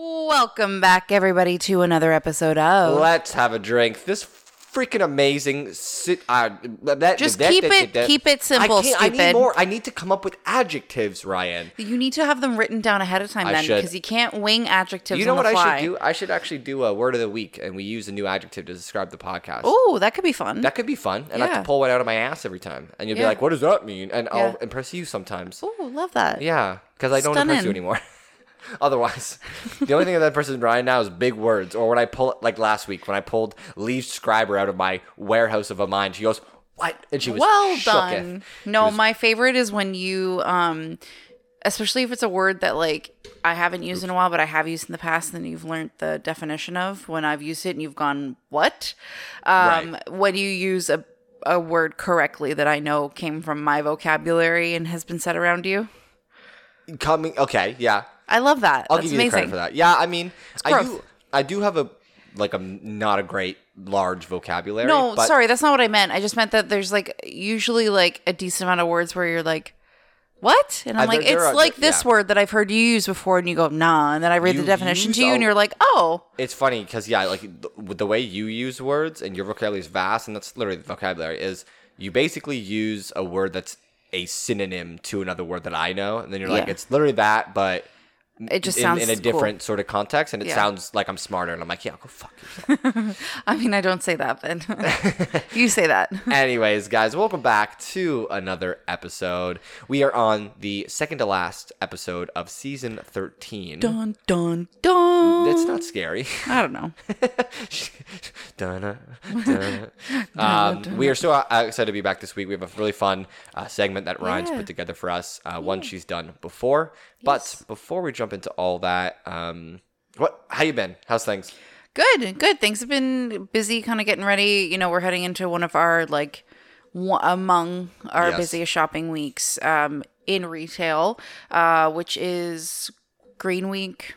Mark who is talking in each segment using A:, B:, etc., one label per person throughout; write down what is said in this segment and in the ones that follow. A: Welcome back, everybody, to another episode of.
B: Let's have a drink. This freaking amazing sit. Uh, that,
A: Just
B: that-
A: keep
B: that-
A: it-
B: that-
A: keep it simple,
B: I, can't- I
A: stupid.
B: need more. I need to come up with adjectives, Ryan.
A: you need to have them written down ahead of time
B: I
A: then,
B: should.
A: because you can't wing adjectives.
B: you know
A: on the
B: what
A: fly.
B: I should do? I should actually do a word of the week, and we use a new adjective to describe the podcast.
A: Oh, that could be fun.
B: That could be fun, and I
A: Yeah.
B: have to pull one out of my ass every time, and you'll
A: Yeah.
B: be like, "What does that mean?" And
A: Yeah.
B: I'll impress you sometimes.
A: oh, love that.
B: Yeah, because I don't impress
A: Stunning.
B: you anymore. Otherwise, the only thing that person Ryan now is big words. Or when I pull, like last week, when I pulled Lee Scriber out of my warehouse of a mind, she goes, "What?" And she was
A: well
B: shooketh.
A: done. No, my favorite is when you, um, especially if it's a word that like I haven't used in a while, but I have used in the past, and then you've learned the definition of when I've used it, and you've gone what? Um, When you use a a word correctly that I know came from my vocabulary and has been said around you.
B: Coming, okay, yeah.
A: I love that.
B: I'll
A: That's
B: give you the
A: amazing.
B: credit for that. Yeah, I mean, I
A: growth.
B: do, I do have a like a not a great large vocabulary.
A: No,
B: but
A: sorry, that's not what I meant. I just meant that there's like usually like a decent amount of words where you're like, what? And I'm
B: Uh, there-
A: like,
B: there
A: it's
B: are-
A: like
B: there-
A: this
B: yeah.
A: word that I've heard you use before, and you go, nah. And then I read the
B: You
A: definition to
B: use
A: you, and
B: a-
A: you're like, oh,
B: It's funny because yeah, like th- with the way you use words and your vocabulary is vast, and that's literally the vocabulary is you basically use a word that's a synonym to another word that I know, and then you're like,
A: Yeah.
B: it's literally that, but
A: it just
B: in,
A: sounds
B: in a
A: cool.
B: different sort of context, and it
A: Yeah.
B: sounds like I'm smarter, and I'm like, yeah, go fuck yourself.
A: I mean, I don't say that, but you say that.
B: Anyways, guys, welcome back to another episode. We are on the second to last episode of season thirteen.
A: Dun dun dun.
B: It's not scary.
A: I don't know.
B: Dunna, dunna. um, we are so uh, excited to be back this week. We have a really fun uh, segment that Ryan's
A: Yeah.
B: put together for us. Uh, One she's done before, but before we jump into all that, um, what? How you been? How's things?
A: Good, good. Things have been busy, kind of getting ready. You know, we're heading into one of our like one, among our
B: Yes.
A: busiest shopping weeks um, in retail, uh, which is Green Week.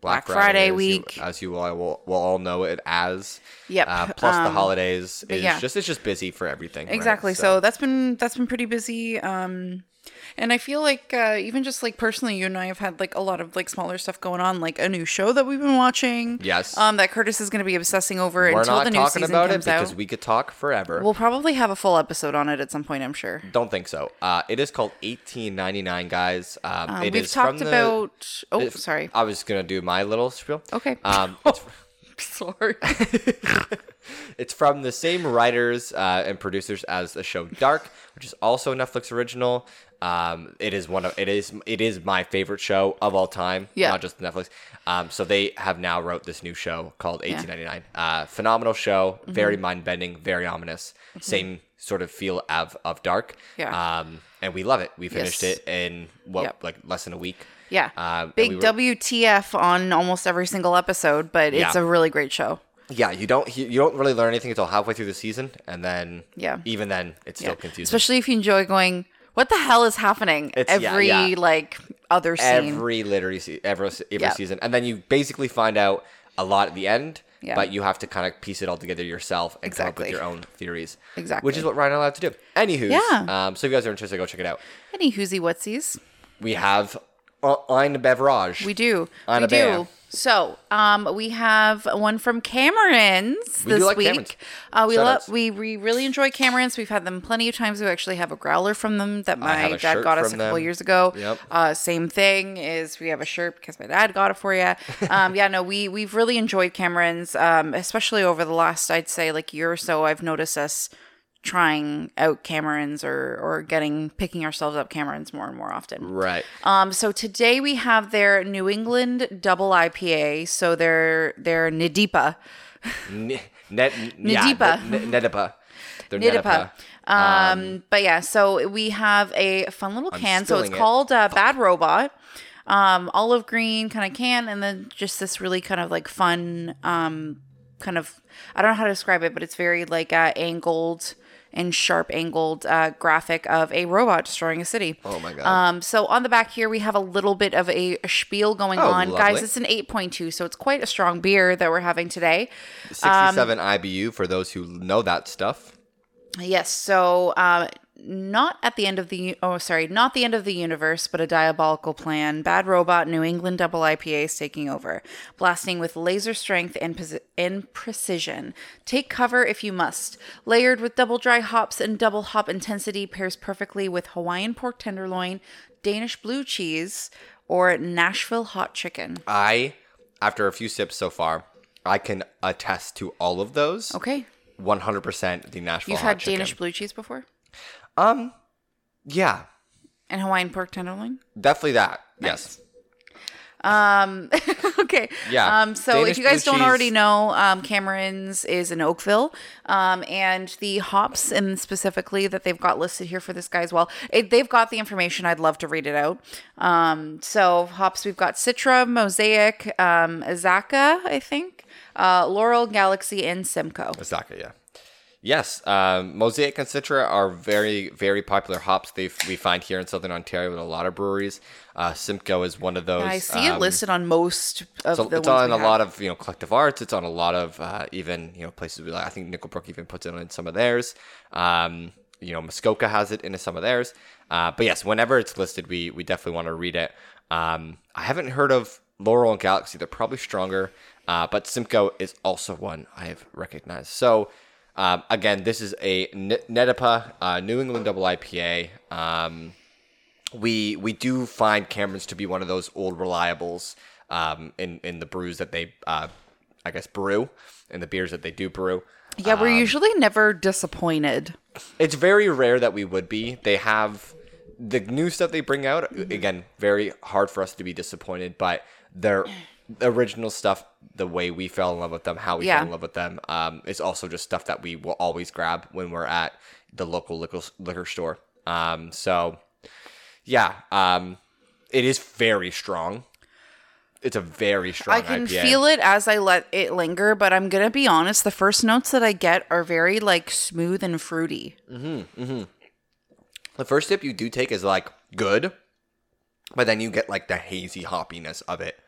A: Black Friday
B: as you-
A: week.
B: as you all will, will all know it as.
A: Yep.
B: Uh, plus the
A: Um,
B: holidays is
A: yeah.
B: just it's just busy for everything. right?
A: Exactly. So. that's been that's been pretty busy. Um, and I feel like uh, even just like personally, you and I have had like a lot of like smaller stuff going on, like a new show that we've been watching.
B: Yes.
A: Um, that Curtis is going to be obsessing over
B: we're
A: until
B: not
A: the new
B: talking
A: season
B: about it
A: comes
B: because
A: out.
B: we could talk forever.
A: we'll probably have a full episode on it at some point. I'm sure.
B: Don't think so. Uh, it is called 1899, guys. Um,
A: Um,
B: it
A: we've
B: is from
A: talked
B: the-
A: about. Oh,
B: if-
A: sorry.
B: I was gonna do my little spiel.
A: Okay.
B: Um, it's,
A: sorry.
B: it's from the same writers uh, and producers as the show Dark, which is also a Netflix original. Um, it is one of it is it is my favorite show of all time.
A: Yeah.
B: not just Netflix. Um, so they have now wrote this new show called 1899. Uh, phenomenal show,
A: Mm-hmm.
B: very mind bending, very ominous. Same sort of feel of of Dark.
A: Yeah.
B: Um, and we love it. We finished
A: Yes.
B: it in what
A: Yep.
B: like less than a week.
A: yeah.
B: Uh, and
A: Big
B: we were-
A: WTF on almost every single episode, but it's
B: Yeah.
A: a really great show.
B: Yeah, you don't he- you don't really learn anything until halfway through the season, and then
A: Yeah.
B: even then it's
A: Yeah.
B: still confusing.
A: Especially if you enjoy going, what the hell is happening
B: It's- yeah,
A: every
B: yeah.
A: like other scene.
B: every literary se- every, every
A: Yeah.
B: season, and then you basically find out a lot at the end.
A: Yeah.
B: But you have to kind of piece it all together yourself and
A: Exactly.
B: come up with your own theories. Which
A: Exactly.
B: is what Ryan allowed to do. Anywho,
A: Yeah.
B: um, so if you guys are interested, go check it out.
A: Any whoosie whatsies.
B: We have uh, Ein Beverage.
A: We do.
B: On
A: we
B: a bear.
A: do. So, um, we have one from Cameron's
B: do
A: this
B: like
A: week.
B: Cameron's.
A: Uh, we
B: Shout
A: love
B: outs.
A: we, we really enjoy Cameron's. We've had them plenty of times. We actually have a growler from them that
B: have
A: my
B: a
A: dad
B: shirt
A: got us a
B: from
A: couple
B: them.
A: years ago.
B: Yep.
A: Uh, same thing is we have a shirt because my dad got it for you. Um, yeah, no, we we've really enjoyed Cameron's, um, especially over the last I'd say like year or so. I've noticed us trying out Cameron's or or getting picking ourselves up Cameron's more and more often.
B: right.
A: Um, so today we have their New England double IPA. So their their Nidipa.
B: N- net, yeah,
A: Nedipa.
B: N- Nedipa. They're
A: Nidipa.
B: Nedipa.
A: Um, but yeah, so we have a fun little can. So it's
B: spilling it.
A: called uh, Bad Robot. Um, olive green kind of can, and then just this really kind of like fun, um, kind of I don't know how to describe it, but it's very like uh, angled and sharp angled uh, graphic of a robot destroying a city.
B: Oh my God.
A: Um, so on the back here, we have a little bit of a spiel going
B: Oh,
A: on, guys.
B: lovely.
A: It's an eight point two, so it's quite a strong beer that we're having today.
B: 67 IBU for those who know that stuff.
A: Yes, so uh, not at the end of the oh sorry not the end of the universe but a diabolical plan bad robot new england double ipa is taking over blasting with laser strength and, posi- and precision take cover if you must layered with double dry hops and double hop intensity pairs perfectly with hawaiian pork tenderloin danish blue cheese or nashville hot chicken
B: I, after a few sips so far, I can attest to all of those.
A: okay
B: 100% the Nashville
A: you've
B: hot
A: had
B: chicken.
A: danish blue cheese before
B: Um, yeah,
A: and hawaiian pork tenderloin
B: definitely that. Yes.
A: Um, okay.
B: Yeah.
A: Um, so
B: Danish
A: if you guys
B: blue
A: don't already
B: cheese.
A: know, um, Cameron's is in Oakville. Um, and the hops and specifically that they've got listed here for this guy as well. It, they've got the information. I'd love to read it out. Um, so hops, we've got Citra, Mosaic, um, Azaka, I think, uh, Laurel, Galaxy, and Simcoe.
B: Osaka, yeah. Yes, um, Mosaic and Citra are very, very popular hops they we find here in Southern Ontario with a lot of breweries. Uh, Simcoe is one of those.
A: I see it
B: um,
A: listed on most of
B: So
A: the
B: it's
A: ones
B: on
A: we
B: a
A: have.
B: lot of you know collective arts. It's on a lot of uh, even you know places we like. I think Nickelbrook even puts it on some of theirs. Um, you know Muskoka has it in some of theirs. Uh, but yes, whenever it's listed, we we definitely want to read it. Um, I haven't heard of Laurel and Galaxy. They're probably stronger, uh, but Simcoe is also one I've recognized. So. Um, again, this is a N- Nedipa uh, New England Double IPA. Um, we we do find Cameron's to be one of those old reliables um, in in the brews that they uh, I guess brew and the beers that they do brew.
A: yeah, we're
B: um,
A: usually never disappointed.
B: It's very rare that we would be. They have the new stuff they bring out
A: Mm-hmm.
B: again. Very hard for us to be disappointed, but their original stuff, the way we fell in love with them, how we
A: Yeah.
B: fell in love with them, um, is also just stuff that we will always grab when we're at the local liquor liquor store. Um, so yeah, um, it is very strong. It's a very strong.
A: I can
B: IPA.
A: feel it as I let it linger, but I'm gonna be honest. The first notes that I get are very like smooth and fruity.
B: The first sip you do take is like good, but then you get like the hazy hoppiness of it,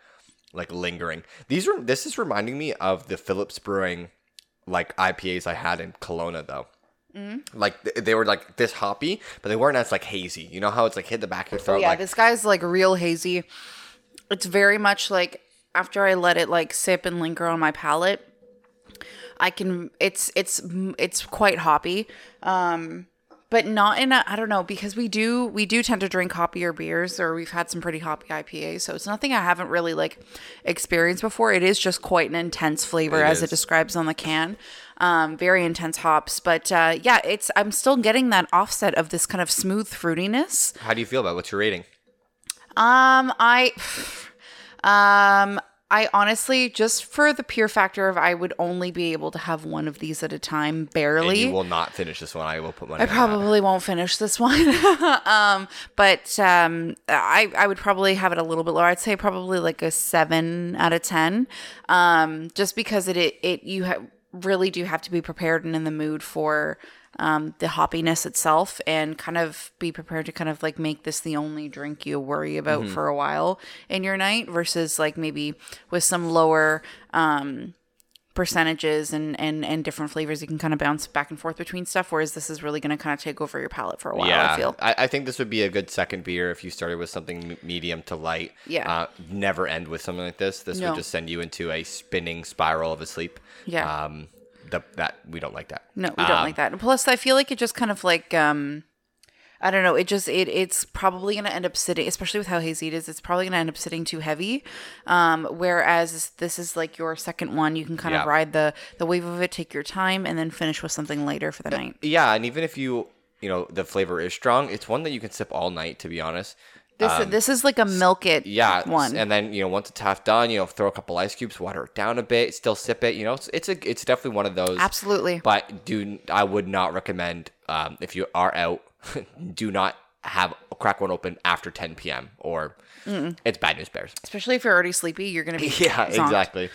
B: like lingering. These are this is reminding me of the Phillips Brewing like IPAs I had in Kelowna though.
A: Mm.
B: Like th- they were like this hoppy, but they weren't as like hazy. You know how it's like hit the back of your throat,
A: Oh, yeah,
B: like
A: this guy's like real hazy. It's very much like after I let it like sip and linger on my palate, I can. It's it's it's quite hoppy, um, but not in a. I don't know because we do we do tend to drink hoppier beers or we've had some pretty hoppy IPAs, so it's nothing I haven't really like experienced before. It is just quite an intense flavor
B: It
A: as
B: is.
A: it describes on the can. Um, very intense hops, but uh, yeah, it's. I'm still getting that offset of this kind of smooth fruitiness.
B: how do you feel about it? what's your rating?
A: Um, I, um, I honestly just for the pure factor of I would only be able to have one of these at a time,
B: And
A: barely.
B: you will not finish this one. I will put money.
A: I
B: on that.
A: probably won't finish this one. um, but um, I I would probably have it a little bit lower. I'd say probably like a seven out of ten. Um, just because it it, it you ha- really do have to be prepared and in the mood for um, the hoppiness itself and kind of be prepared to kind of like make this the only drink you worry about for a while in your night versus like maybe with some lower um percentages and and and different flavors you can kind of bounce back and forth between stuff whereas this is really going to kind of take over your palate for a while i feel
B: I, I think this would be a good second beer if you started with something m- medium to light.
A: Yeah.
B: Uh, never end with something like this. This
A: No.
B: would just send you into a spinning spiral of a sleep.
A: Yeah.
B: Um, the, that we don't like that. Um,
A: no we don't like that And plus i feel like it just kind of like um i don't know it just it it's probably going to end up sitting especially with how hazy it is it's probably going to end up sitting too heavy um whereas this is like your second one you can kind of
B: Yeah.
A: ride the the wave of it take your time and then finish with something later for the night
B: Yeah, and even if you you know the flavor is strong, it's one that you can sip all night. To be honest.
A: this this is like a milk it
B: um, Yeah,
A: one
B: and then you know once it's half done, you know throw a couple ice cubes, water it down a bit, still sip it. You know, it's it's a it's definitely one of those.
A: Absolutely.
B: But do I would not recommend um, if you are out, do not have crack one open after 10 p.m. or it's bad news bears.
A: especially if you're already sleepy you're going to be
B: Yeah,
A: zonked.
B: exactly. Um,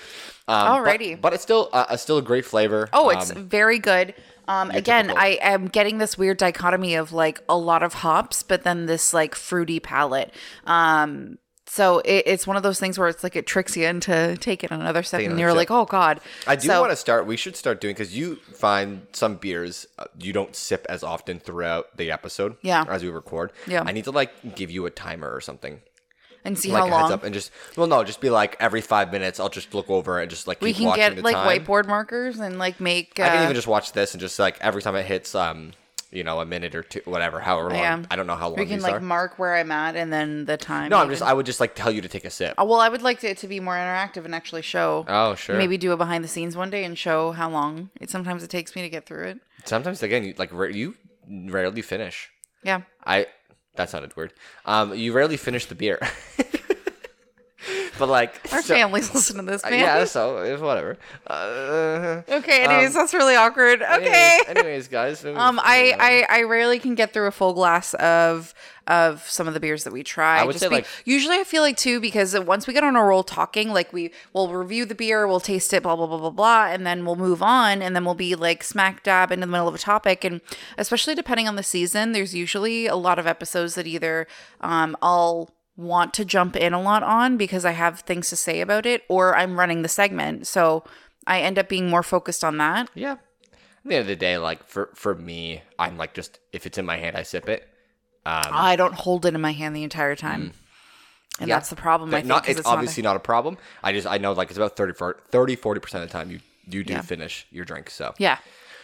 B: but-
A: Alrighty.
B: but, it's still uh, it's still a great flavor.
A: Oh, it's
B: Um,
A: very good. Um, again,
B: typical.
A: I am getting this weird dichotomy of like a lot of hops, but then this like fruity palate. Um, So it, it's one of those things where it's like it tricks you into taking another sip, and
B: another
A: you're
B: sip.
A: like, oh god.
B: I do
A: So-
B: want to start. We should start doing because you find some beers uh, you don't sip as often throughout the episode.
A: Yeah.
B: As we record.
A: Yeah.
B: I need to like give you a timer or something,
A: and see
B: like
A: how
B: a heads
A: long
B: up, and just well, no, just be like every five minutes. I'll just look over and just like keep
A: we can
B: watching
A: get
B: the
A: like
B: time.
A: whiteboard markers and like make. Uh,
B: I can even just watch this and just like every time it hits, um, you know, a minute or two, whatever, however long.
A: Yeah.
B: I don't know how long
A: we can
B: these
A: like
B: are.
A: mark where I'm at and then the time.
B: no, I'm
A: even.
B: just. I would just like tell you to take a sip.
A: well, I would like it to be more interactive and actually show.
B: Oh, sure.
A: Maybe do a behind the scenes one day and show how long it sometimes it takes me to get through it.
B: Sometimes again, you like ra- you rarely finish.
A: Yeah.
B: I that sounded weird. Um, you rarely finish the beer. but like
A: Our
B: so- Uh,
A: families listen to this, man.
B: Yeah, so it's whatever. Uh,
A: Okay, anyways, that's really awkward. Okay.
B: Anyways, anyways, guys.
A: Um, I, I I rarely can get through a full glass of of some of the beers that we try.
B: would say,
A: be-
B: like-
A: usually I feel like too because once we get on a roll talking, like we will review the beer, we'll taste it, blah blah blah blah blah, and then we'll move on, and then we'll be like smack dab in the middle of a topic, and especially depending on the season, there's usually a lot of episodes that either um I'll want to jump in a lot on because I have things to say about it, or I'm running the segment, so I end up being more focused on that.
B: yeah. At the end of the day, like for for me, I'm like just if it's in my hand, I sip it.
A: I don't hold it in my hand the entire time. And
B: Mm. Yeah.
A: that's the problem, I
B: Like,
A: think.
B: not
A: 'cause
B: it's,
A: not a-
B: obviously not a problem. I just I know like it's about 30 40 percent of the time you you do finish your drink. So
A: yeah.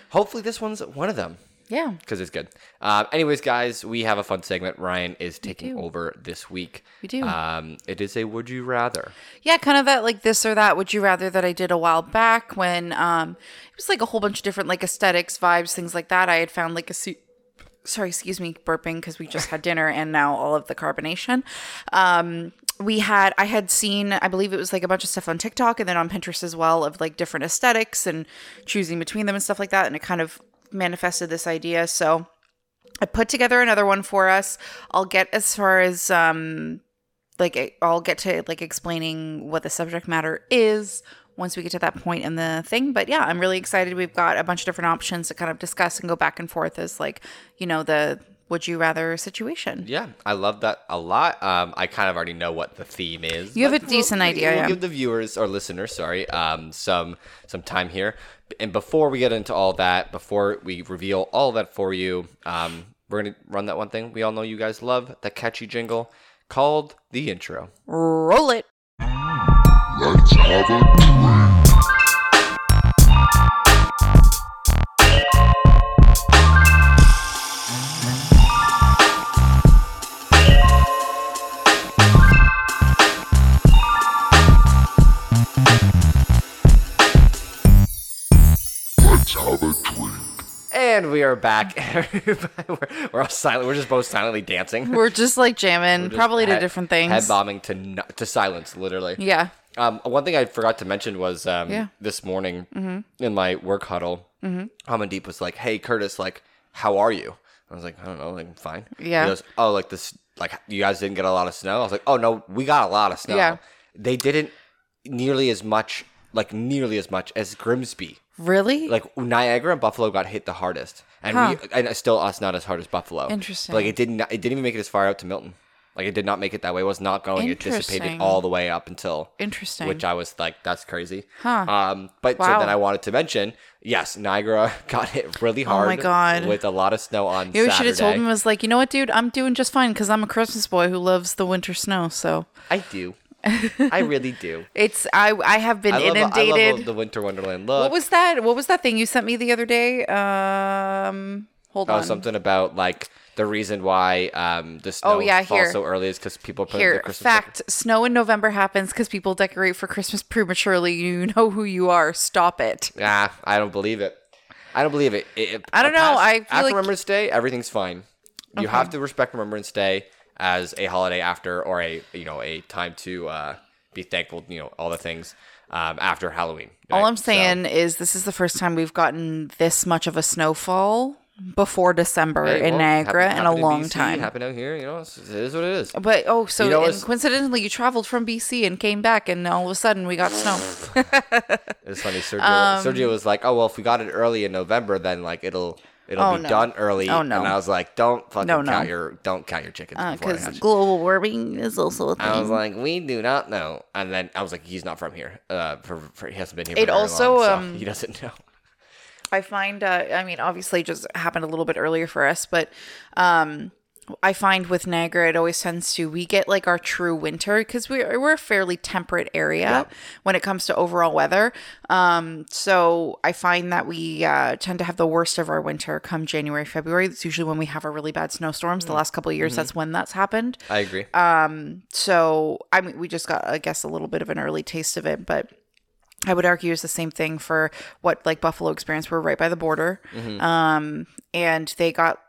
B: hopefully this one's one of them.
A: Yeah.
B: because it's good. Um, anyways, guys, we have a fun segment. Ryan is taking over this week.
A: We do.
B: Um, it is a would you rather.
A: Yeah, kind of that like this or that would you rather that I did a while back when um it was like a whole bunch of different like aesthetics, vibes, things like that. I had found like a suit sorry, excuse me, burping because we just had dinner and now all of the carbonation. Um, we had I had seen I believe it was like a bunch of stuff on TikTok and then on Pinterest as well of like different aesthetics and choosing between them and stuff like that, and it kind of manifested this idea. So I put together another one for us. I'll get as far as um, like I- I'll get to like explaining what the subject matter is once we get to that point in the thing. But yeah, I'm really excited. We've got a bunch of different options to kind of discuss and go back and forth as like you know the would you rather situation.
B: Yeah, I love that a lot. Um, I kind of already know what the theme is.
A: You have
B: but
A: a decent
B: we'll-
A: idea,
B: We'll
A: yeah.
B: give the viewers or listeners, sorry, um, some some time here. And before we get into all that, before we reveal all that for you, um, we're gonna run that one thing we all know you guys love, the catchy jingle called the intro.
A: Roll it.
C: Let's have a drink. Let's have a drink.
B: And we are back. we're, we're all silent. We're just both silently dancing.
A: We're just like jamming,
B: Just
A: probably to
B: head-
A: different things.
B: Head bombing to nu- to silence, literally.
A: yeah.
B: Um, one thing I forgot to mention was um,
A: Yeah. Mm-hmm.
B: this morning in my work huddle, Amandeep was like, "Hey, Curtis, like, how are you?" I was like, "I don't know, like, I'm fine."
A: Yeah.
B: He goes, "Oh, like this, like, you guys didn't get a lot of snow." I was like, "Oh no, we got a lot of snow.
A: Yeah.
B: They didn't nearly as much, like, nearly as much as Grimsby.
A: Really?
B: Like Niagara and Buffalo got hit the hardest, and
A: Huh.
B: we, and still us not as hard as Buffalo.
A: Interesting.
B: Like it didn't, it didn't even make it as far out to Milton. Like it did not make it that way. It was not going. It dissipated
A: Interesting.
B: all the way up until
A: Interesting.
B: which I was like, that's crazy.
A: Huh.
B: Um, but so
A: Wow.
B: then I wanted to mention, yes, Niagara got hit really hard.
A: Oh God.
B: with a lot of snow on.
A: you know, what we should
B: Saturday.
A: have told him was like, you know what, dude, I'm doing just fine because I'm a Christmas boy who loves the winter snow. So
B: I do. I really do.
A: it's I I have been
B: I love, I
A: inundated.
B: love the Winter Wonderland look.
A: What was that? What was that thing you sent me the other day? Um, hold
B: Oh,
A: on.
B: something about like the reason why um the snow
A: Oh, yeah,
B: falls
A: here.
B: so early is because people put their
A: Here,
B: Christmas
A: fact: snow in November happens because people decorate for Christmas prematurely. You know who you are. Stop it.
B: Ah, I don't believe it. I don't believe it. It- it-
A: I don't
B: a
A: know, I feel
B: after
A: like-
B: Remembrance Day, everything's fine. You have to respect Remembrance Day as a holiday after, or a you know a time to uh, be thankful. You know all the things um, after Halloween.
A: All
B: right?
A: I'm
B: So-
A: saying is this is the first time we've gotten this much of a snowfall before December
B: Hey,
A: in
B: well,
A: Niagara
B: happen-
A: in a
B: happened
A: long
B: BC,
A: time.
B: Happened out here, you know. It's, it is what it is.
A: But oh, so
B: You know,
A: and
B: it's-
A: coincidentally, you traveled from BC and came back, and all of a sudden we got snow. Um,
B: It's funny. Sergio, Sergio was like, "Oh well, if we got it early in November, then like it'll It'll
A: Oh,
B: be
A: no.
B: done early.
A: Oh, no.
B: And I was like, don't fucking
A: No, Uh, no.
B: count your don't count your chickens before they
A: because
B: hatch.
A: global warming is also a thing.
B: I was like, we do not know. And then I was like, he's not from here. Uh, for, for, he hasn't been here. For
A: It
B: very
A: also,
B: long, so
A: um,
B: he doesn't know.
A: I find, uh, I mean, obviously, it just happened a little bit earlier for us, but um, I find with Niagara, it always tends to we get like our true winter because we're we're a fairly temperate area when it comes to overall weather. Um, so I find that we uh, tend to have the worst of our winter come January, February. That's usually when we have our really bad snowstorms. The last couple of years, that's when that's happened.
B: I agree.
A: So I mean, we just got, I guess, a little bit of an early taste of it, but I would argue it's the same thing for what like Buffalo experienced. We're right by the border,
B: Mm-hmm.
A: um, and they got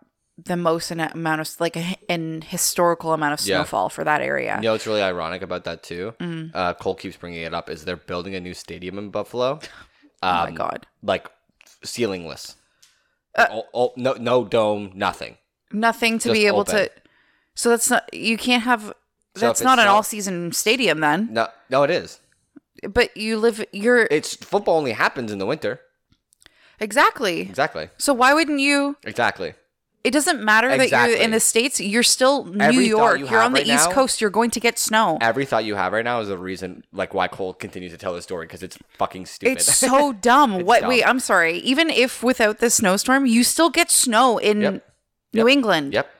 A: the most in amount of like a, an historical amount of
B: Yeah.
A: snowfall for that area.
B: you know what's really ironic about that too? Uh, Cole keeps bringing it up. Is they're building a new stadium in Buffalo, Um,
A: oh my god,
B: like ceilingless. oh, oh, no, no dome, nothing.
A: nothing to
B: just
A: be able
B: open.
A: to. So that's not you can't have.
B: So if
A: That's
B: it's
A: not an
B: snow-
A: all-season stadium then.
B: No, no, it is.
A: But you live. You're
B: It's football only happens in the winter.
A: exactly.
B: Exactly.
A: So why wouldn't you?
B: Exactly.
A: It doesn't matter that you're
B: Exactly.
A: in the states. You're still New
B: Every thought
A: York.
B: you
A: You are
B: have
A: on the
B: right
A: East
B: now-
A: Coast. You're going to get snow.
B: Every thought you have right now is the reason, like, why Cole continues to tell his story because it's fucking stupid.
A: It's so dumb. what?
B: dumb.
A: Wait, I'm sorry. Even if without this snowstorm, you still get snow in
B: Yep.
A: New
B: Yep.
A: England.
B: yep.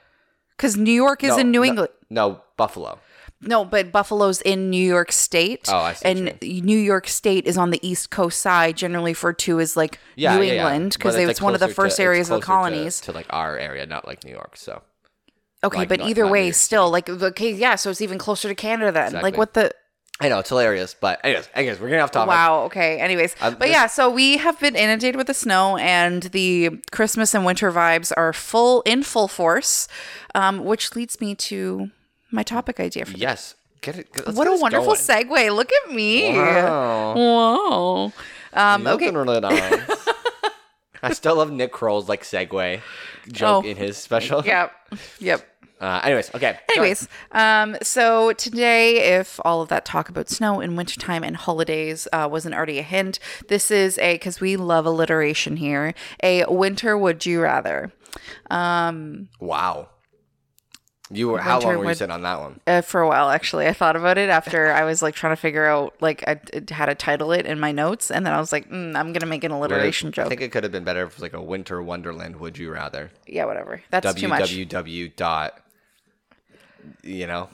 A: Because New York is
B: No,
A: in New
B: no-
A: England.
B: No, Buffalo.
A: No, but Buffalo's in New York State.
B: Oh, I see what you
A: And New York State is on the East Coast side, generally referred to as like
B: Yeah,
A: New
B: yeah, yeah.
A: England, because
B: But
A: it was
B: like,
A: one of the
B: closer
A: first
B: to- it's
A: areas of the
B: closer to-
A: colonies.
B: to, like our area, not like New York. So
A: okay,
B: like,
A: but
B: not-
A: either
B: not New
A: way,
B: York
A: still like okay, yeah. So it's even closer to Canada then. Like
B: Exactly.
A: what the
B: I know it's hilarious, but anyways, anyways, we're gonna have topic.
A: Oh, Wow. Okay. Anyways,
B: Uh,
A: but
B: this-
A: yeah, so we have been inundated with the snow, and the Christmas and winter vibes are full in full force, um, which leads me to my topic idea for
B: Yes, get it. Get, let's
A: what
B: get
A: a
B: this
A: wonderful
B: going.
A: segue! Look at me.
B: Wow.
A: Whoa. Um,
B: You're
A: okay.
B: looking really nice. I still love Nick Kroll's like segue joke
A: Oh.
B: in his special.
A: Yep. Yep.
B: Uh, anyways, okay. go
A: Anyways, um, so today, if all of that talk about snow and wintertime and holidays uh, wasn't already a hint, this is a, because we love alliteration here, a winter would you rather.
B: ahead. Wow. You were how
A: Winter
B: long were you
A: would-
B: sitting on that one?
A: uh, for a while actually i thought about it after i was like trying to figure out like i d- how to title it in my notes and then i was like mm, i'm gonna make an alliteration
B: I
A: joke
B: think it could have been better if it was like a winter wonderland. Would you rather?
A: yeah whatever that's too much
B: www dot. You know.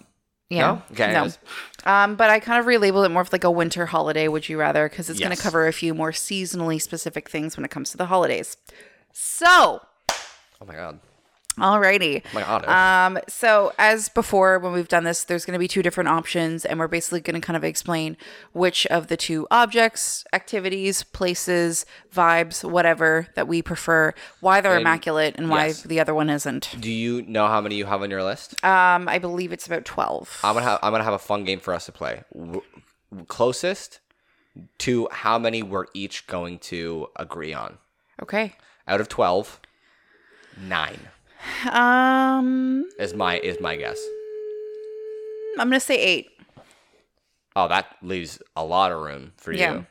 A: yeah
B: No? Okay.
A: no.
B: anyways.
A: um but i kind of relabeled it more of like a winter holiday would you rather because it's gonna
B: Yes.
A: cover a few more seasonally specific things when it comes to the holidays so
B: Oh my god.
A: alrighty
B: My auto.
A: Um, so as before, when we've done this, there's going to be two different options, and we're basically going to kind of explain which of the two objects, activities, places, vibes, whatever that we prefer, why they're
B: And-
A: immaculate, and why
B: yes.
A: the other one isn't.
B: Do you know how many you have on your list?
A: Um, I believe it's about twelve.
B: I'm gonna have, I'm gonna have a fun game for us to play. W- closest to how many we're each going to agree on.
A: okay.
B: Out of 12, 9
A: Um,
B: is my is my guess.
A: I'm gonna say eight.
B: Oh, that leaves a lot of room for
A: Yeah.
B: you.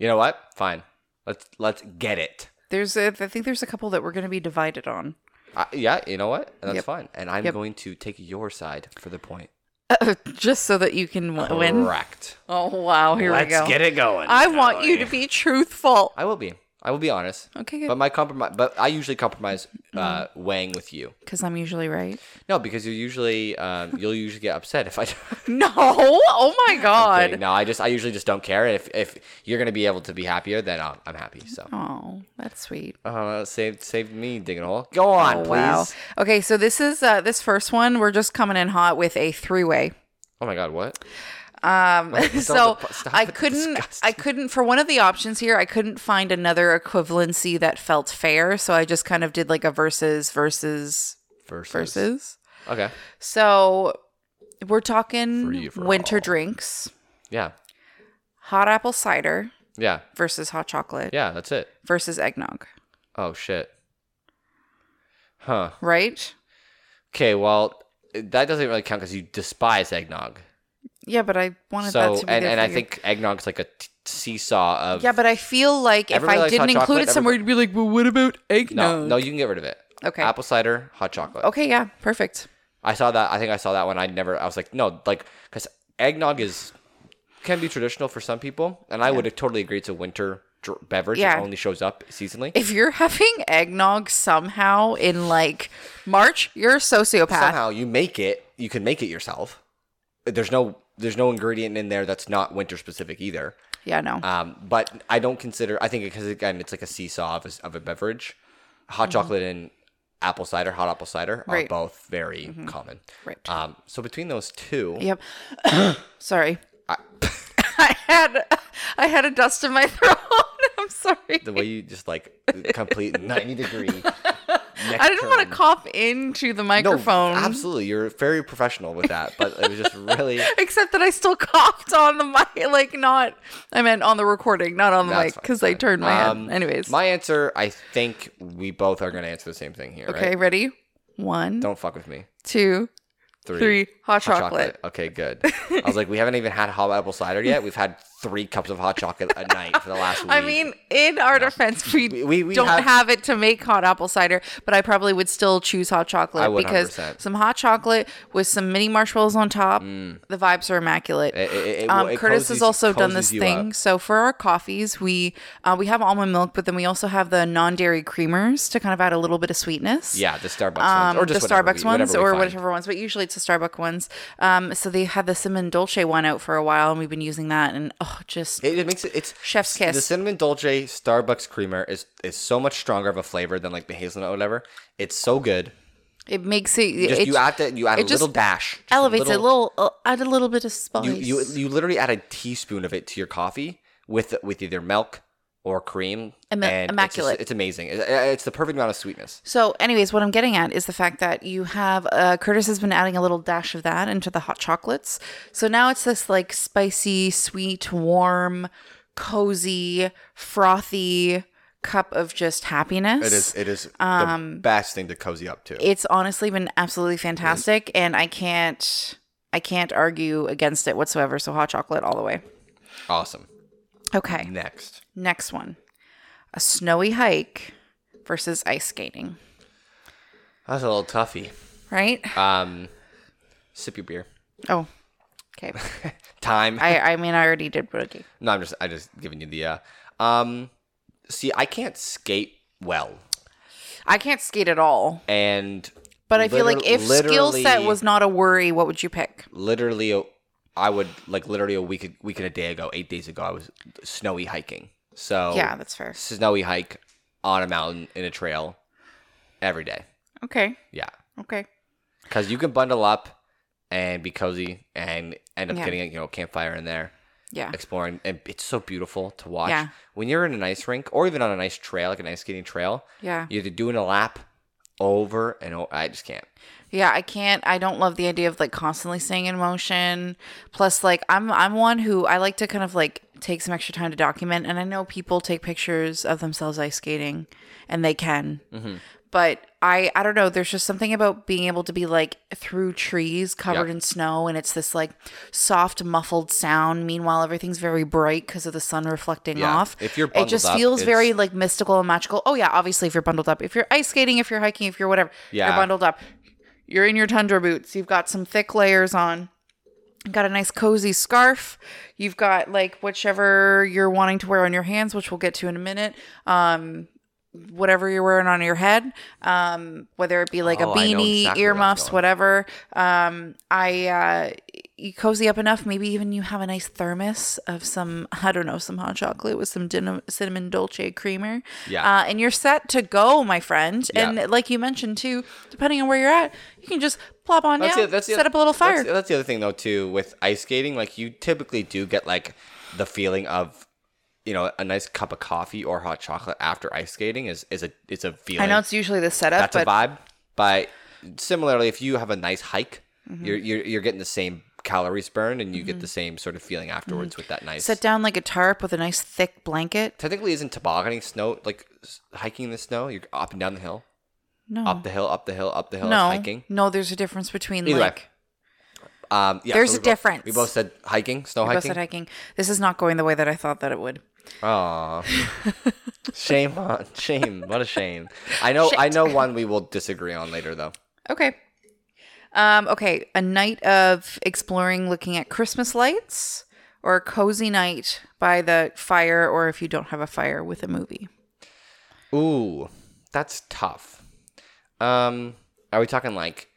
B: You know what? Fine. Let's let's get it.
A: There's, a, I think there's a couple that we're going to be divided on.
B: I, yeah, you know what? That's
A: Yep.
B: fine. And I'm
A: Yep.
B: going to take your side for the point.
A: Just so that you can w- win.
B: Correct.
A: Oh wow! Here
B: let's
A: we go.
B: get it going.
A: I want you to be truthful.
B: I will be. I will be honest.
A: Okay, good.
B: But my compromise. But I usually compromise uh, weighing with you.
A: Because I'm usually right.
B: No, because you usually um, you'll usually get upset if I. don't
A: No. Oh my
B: Okay,
A: god.
B: no, I just I usually just don't care. If if you're gonna be able to be happier, then I'm, I'm happy. So
A: Oh, that's sweet.
B: uh, saved saved me digging a hole. Go on,
A: Oh,
B: please.
A: wow. Okay, so this is uh this first one. We're just coming in hot with a three-way.
B: Oh my god, what?
A: Um so
B: stop the- stop
A: I
B: with the
A: couldn't I
B: disgusting.
A: couldn't for one of the options here, I couldn't find another equivalency that felt fair, so I just kind of did like a versus versus
B: Versus.
A: versus.
B: Okay.
A: So we're
B: Free
A: talking
B: for
A: winter
B: all.
A: drinks,
B: Yeah.
A: hot apple cider
B: Yeah.
A: versus hot chocolate
B: Yeah. That's it.
A: versus eggnog,
B: Oh shit. Huh.
A: right?
B: Okay. Well, that doesn't really count because you despise eggnog.
A: Yeah, but I wanted that
B: so
A: to be
B: and
A: there
B: and
A: for
B: I
A: your-
B: think eggnog's like a t- seesaw of
A: Yeah, but I feel like if
B: Everybody
A: I
B: likes hot
A: didn't include
B: chocolate,
A: it somewhere, you'd be like, well, what about
B: no,
A: eggnog?
B: no, you can get rid of it.
A: Okay.
B: Apple cider, hot chocolate.
A: Okay, yeah, perfect.
B: I saw that. I think I saw that one. I never. I was like, no, like because eggnog is can be traditional for some people, and I would have totally agreed to winter dr- beverage.
A: Yeah.
B: It only shows up seasonally.
A: If you're having eggnog somehow in like March, you're a sociopath.
B: Somehow you make it. You can make it yourself. There's no. There's no ingredient in there that's not winter specific either.
A: Yeah, no.
B: Um, but I don't consider. I think because again, it's like a seesaw of a, of a beverage. Hot chocolate and apple cider, hot apple cider,
A: Mm-hmm.
B: are
A: Right. Mm-hmm.
B: both very common.
A: Right.
B: Um, so between those two,
A: yep. Sorry. I had I had a dust in my throat. I'm sorry.
B: the way you just like complete ninety degree.
A: I didn't want to cough into the microphone.
B: absolutely, you're very professional with that, but it was just really.
A: Except that I still coughed on the mic, like not. I meant on the recording, not on the
B: That's
A: mic,
B: fine,
A: because I
B: fine.
A: turned my
B: Um,
A: head. Anyways,
B: My answer, I think we both are going to answer the same thing here.
A: okay,
B: Right?
A: ready? One,
B: Don't fuck with me.
A: two,
B: Three.
A: three. Hot,
B: Hot
A: chocolate.
B: Okay, good. I was like, we haven't even had hot apple cider yet. We've had three cups of hot chocolate a night for the last week.
A: I mean, in our defense, we,
B: we- we
A: don't
B: have-
A: have, it to make hot apple cider, but I probably would still choose hot chocolate
B: I would
A: because
B: 100%.
A: some hot chocolate with some mini marshmallows on top, the vibes are immaculate.
B: Mm. It- it- it-
A: um,
B: it
A: Curtis
B: cozies-
A: has also done this
B: cozies you
A: thing.
B: up.
A: So for our coffees, we uh, we have almond milk, but then we also have the non-dairy creamers to kind of add a little bit of sweetness.
B: Yeah, the Starbucks
A: Um,
B: ones, or
A: the
B: just whatever
A: Starbucks
B: we- whatever
A: ones
B: we
A: or
B: find.
A: whatever ones, but usually it's the Starbucks ones. Um, so they had the cinnamon dolce one out for a while, and we've been using that, and oh, just
B: It, it makes it. It's
A: Chef's
B: s- The
A: kiss.
B: cinnamon dolce Starbucks creamer is is so much stronger of a flavor than like the hazelnut or whatever. It's so good.
A: it makes it.
B: Just
A: it
B: you add that you add a
A: it just
B: little dash. just
A: elevates it a little, uh, add a little bit of spice.
B: You, you you literally add a teaspoon of it to your coffee with with either milk or cream.
A: Imma-
B: it's just- It's,
A: immaculate.
B: amazing. It- it's the perfect amount of sweetness.
A: so, anyways, what I'm getting at is the fact that you have uh, Curtis has been adding a little dash of that into the hot chocolates. So now it's this like spicy, sweet, warm, cozy, frothy cup of just happiness.
B: It is
A: Um,
B: the best thing to cozy up to.
A: It's honestly been absolutely fantastic, and I can't. I can't argue against it whatsoever. So hot chocolate all the way.
B: awesome.
A: Okay.
B: Next.
A: Next one a snowy hike versus ice skating,
B: That's a little toughy.
A: right?
B: Um, sip your beer.
A: oh, okay.
B: Time.
A: I, I mean, I already did boogie.
B: No, I'm just I just giving you the uh um see I can't skate well.
A: I can't skate at all,
B: And
A: but I feel like
B: Liter-
A: if skill set
B: literally-
A: was not a worry, what would you pick?
B: literally a- I would like literally a week week and a day ago, 8 days ago I was snowy hiking. So
A: Yeah, that's fair.
B: snowy hike on a mountain in a trail every day.
A: Okay,
B: Yeah.
A: okay.
B: Cuz you can bundle up and be cozy and end up
A: Yeah.
B: getting a you know campfire in there.
A: Yeah,
B: exploring and it's so beautiful to watch
A: Yeah.
B: when you're in an ice rink or even on an ice trail like an ice skating trail
A: Yeah.
B: you're doing a lap over and over i just can't
A: yeah. I can't. I don't love the idea of like constantly staying in motion. Plus, like I'm I'm one who I like to kind of like take some extra time to document. And I know people take pictures of themselves ice skating, and they can.
B: Mm-hmm.
A: but I I don't know. There's just something about being able to be like through trees covered
B: Yeah.
A: in snow, and it's this like soft muffled sound. Meanwhile, everything's very bright because of the sun reflecting
B: Yeah.
A: off.
B: If you're
A: it
B: bundled
A: just
B: up,
A: feels very
B: it's-
A: like mystical and magical. Oh yeah, obviously if you're bundled up, if you're ice skating, if you're hiking, if you're whatever,
B: Yeah.
A: you're bundled up. You're in your tundra boots. You've got some thick layers on. You've got a nice cozy scarf. You've got like whichever you're wanting to wear on your hands, which we'll get to in a minute. Um, whatever you're wearing on your head, um, whether it be like a
B: Oh, I know
A: beanie,
B: exactly where that's
A: earmuffs,
B: going.
A: whatever. Um, I uh, you cozy up enough. Maybe even you have a nice thermos of some I don't know some hot chocolate with some din- cinnamon dolce creamer.
B: Yeah.
A: uh, and you're set to go, my friend.
B: Yeah.
A: And like you mentioned too, depending on where you're at, you can just plop on
B: that's
A: down,
B: the, that's the,
A: set up a little fire.
B: that's, that's the other thing though too with ice skating like you typically do get like the feeling of you know a nice cup of coffee or hot chocolate after ice skating is is a it's a feeling
A: I know it's usually the setup,
B: that's a
A: but
B: vibe. But similarly, if you have a nice hike,
A: Mm-hmm.
B: you're, you're you're getting the same calories burned, and you get the same sort of feeling afterwards
A: Mm-hmm.
B: with that nice.
A: set down like a tarp with a nice thick blanket.
B: Technically, isn't tobogganing snow like s- hiking in the snow? You're up and down the hill,
A: No,
B: up the hill, up the hill, up the hill.
A: no,
B: Oh, Hiking.
A: no. There's a difference between
B: Either way.
A: like.
B: Um, yeah,
A: There's
B: so
A: a
B: we both-
A: difference.
B: we both said hiking, snow
A: I
B: hiking.
A: said hiking. This is not going the way that I thought that it would.
B: Aw. shame on shame. What a shame. I know. I know one we will disagree on later though.
A: Okay. Um, okay. A night of exploring, looking at Christmas lights, or a cozy night by the fire, or if you don't have a fire, with a movie.
B: Ooh, that's tough. Um, are we talking like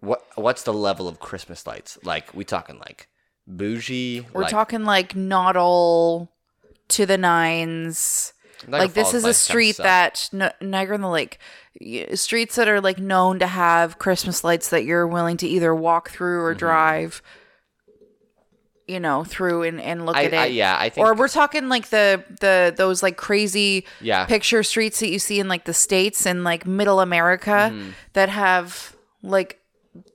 B: what? What's the level of Christmas lights? Like we talking like bougie?
A: We're
B: like,
A: talking like not all to the nines.
B: Niagara
A: like this
B: Falls
A: is a
B: lights kinda
A: street
B: suck.
A: that N- Niagara on the Lake, y- streets that are like known to have Christmas lights that you're willing to either walk through
B: Mm-hmm.
A: or drive, you know, through and, and look
B: I,
A: at it.
B: I, yeah, I think.
A: Or we're talking like the the those like crazy
B: Yeah.
A: picture streets that you see in like the states and like middle America
B: Mm-hmm.
A: that have like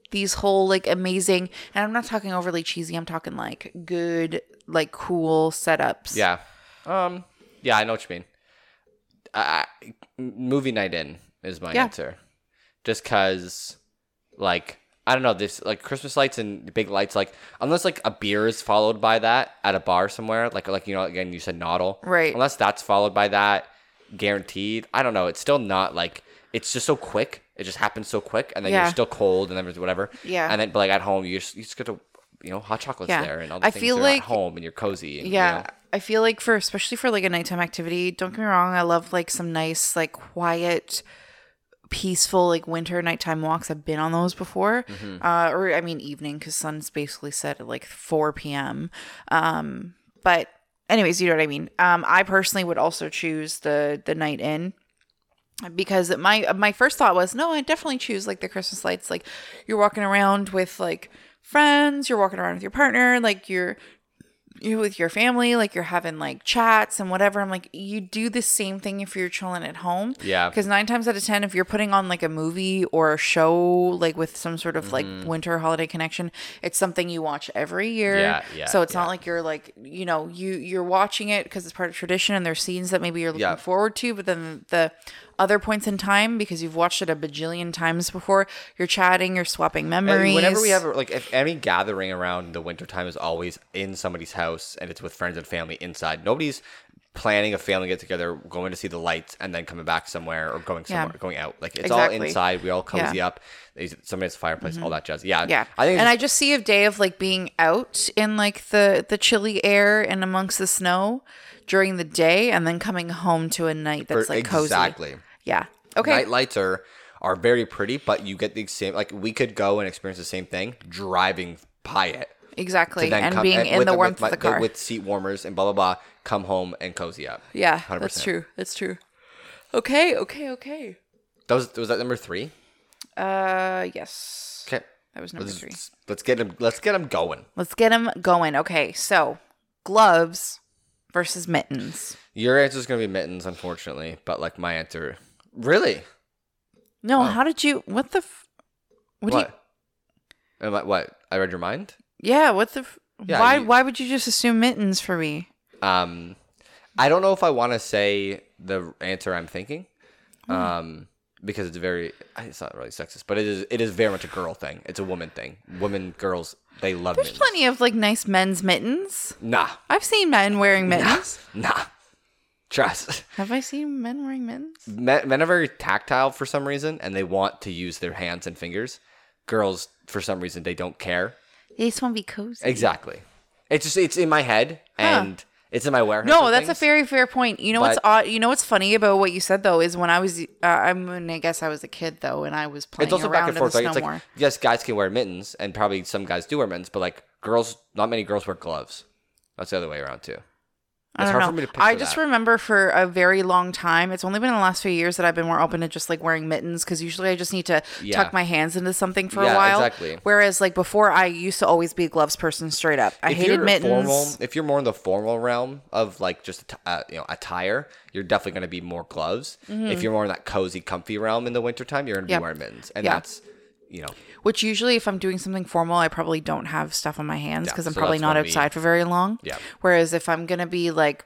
A: these whole like amazing and I'm not talking overly cheesy, I'm talking like good like cool setups.
B: yeah. Um. Yeah, I know what you mean. I, I- m- movie night in is my
A: Yeah.
B: answer. Just cause, like. I don't know this like Christmas lights and big lights like unless like a beer is followed by that at a bar somewhere like like you know again you said noddle
A: Right.
B: unless that's followed by that guaranteed I don't know it's still not like it's just so quick it just happens so quick and then
A: Yeah.
B: you're still cold and then it's whatever
A: Yeah.
B: and then but like at home you just you just get to you know hot chocolates
A: Yeah.
B: there and all the
A: I
B: things
A: feel
B: that are
A: like-
B: at home and you're cozy and, you
A: Yeah.
B: know.
A: I feel like for especially for like a nighttime activity, don't get me wrong, I love like some nice, like quiet, peaceful, like winter nighttime walks. I've been on those before.
B: Mm-hmm.
A: Uh, or I mean evening, because sun's basically set at like four PM. Um, but anyways, you know what I mean. Um, I personally would also choose the the night in because my my first thought was no i definitely choose like the christmas lights like you're walking around with like friends you're walking around with your partner like you're you with your family like you're having like chats and whatever i'm like you do the same thing if you're chilling at home
B: Yeah.
A: because nine times out of ten if you're putting on like a movie or a show like with some sort of
B: Mm-hmm.
A: like winter holiday connection it's something you watch every year
B: Yeah, yeah,
A: so it's
B: yeah.
A: not like you're like you know you you're watching it because it's part of tradition and there's scenes that maybe you're looking
B: Yeah.
A: forward to but then the other points in time because you've watched it a bajillion times before you're chatting you're swapping
B: And
A: memories
B: Whenever we have like if any gathering around the wintertime is always in somebody's house and it's with friends and family inside. Nobody's planning a family get together, going to see the lights and then coming back somewhere or going
A: Yeah.
B: somewhere, going out. Like it's all
A: Exactly.
B: inside. We all cozy
A: Yeah. Mm-hmm.
B: up. There's- Somebody has a fireplace, all that jazz. Yeah.
A: yeah
B: I think
A: and
B: it's-
A: i just see a day of like being out in like the the chilly air and amongst the snow during the day and then coming home to a night that's like cozy
B: exactly.
A: yeah okay
B: Night lights are are very pretty, but you get the same like we could go and experience the same thing driving by it. to
A: exactly
B: then
A: and
B: come- eh,
A: being in
B: with-
A: the
B: with
A: warmth
B: my-
A: of the car
B: with seat warmers and blah blah blah. Come home and cozy up.
A: yeah
B: 100%.
A: that's true that's true okay okay okay
B: That was was that number three?
A: uh yes
B: Okay.
A: that was number
B: Let's,
A: three
B: let's get him. Let's get him going.
A: Let's get them going. Okay, so gloves versus mittens.
B: Your answer is gonna be mittens, unfortunately, but like my answer, really?
A: No, how did you? What the? F- what? Do
B: What? Am I- what? I read your mind.
A: you, yeah. What the? F-
B: Yeah,
A: why?
B: you-
A: why would you just assume mittens for me?
B: Um, I don't know if I want to say the answer I'm thinking, um, because it's very. It's not really sexist, but it is. It is very much a girl thing. It's a woman thing. Women, girls, they love
A: There's
B: mittens.
A: plenty of like nice men's mittens.
B: Nah,
A: I've seen men wearing mittens.
B: nah. Trust.
A: Have I seen men wearing mittens?
B: men, men are very tactile for some reason and they want to use their hands and fingers girls for some reason they don't care
A: They just want to be cozy.
B: exactly it's just it's in my head and it's in my warehouse
A: No,
B: and
A: that's
B: things.
A: a very fair point. You know what's
B: But-
A: odd? You know what's funny about what you said though is when I was, uh, I mean, I guess I was a kid though, and I was playing
B: it's also
A: around
B: back and
A: in
B: forth
A: the
B: like, it's
A: snow
B: like
A: more.
B: yes guys can wear mittens and probably some guys do wear mittens but like girls not many girls wear gloves that's the other way around too it's
A: I don't
B: hard
A: know.
B: for me to picture
A: I just
B: that.
A: remember for a very long time. It's only been in the last few years that I've been more open to just like wearing mittens because usually I just need to
B: Yeah.
A: tuck my hands into something for
B: Yeah,
A: a while.
B: exactly.
A: Whereas like before, I used to always be a gloves person straight up. I
B: if
A: hated
B: you're
A: mittens.
B: formal, if you're more in the formal realm of like just att- uh, you know attire, you're definitely going to be more gloves.
A: Mm-hmm.
B: If you're more in that cozy, comfy realm in the wintertime, you're going to
A: Yeah.
B: be wearing mittens, and
A: Yeah.
B: that's you know
A: Which usually, if I'm doing something formal, I probably don't have stuff on my hands because I'm
B: so
A: probably
B: that's
A: not
B: gonna be-
A: outside for very long.
B: Yeah.
A: Whereas if I'm gonna be like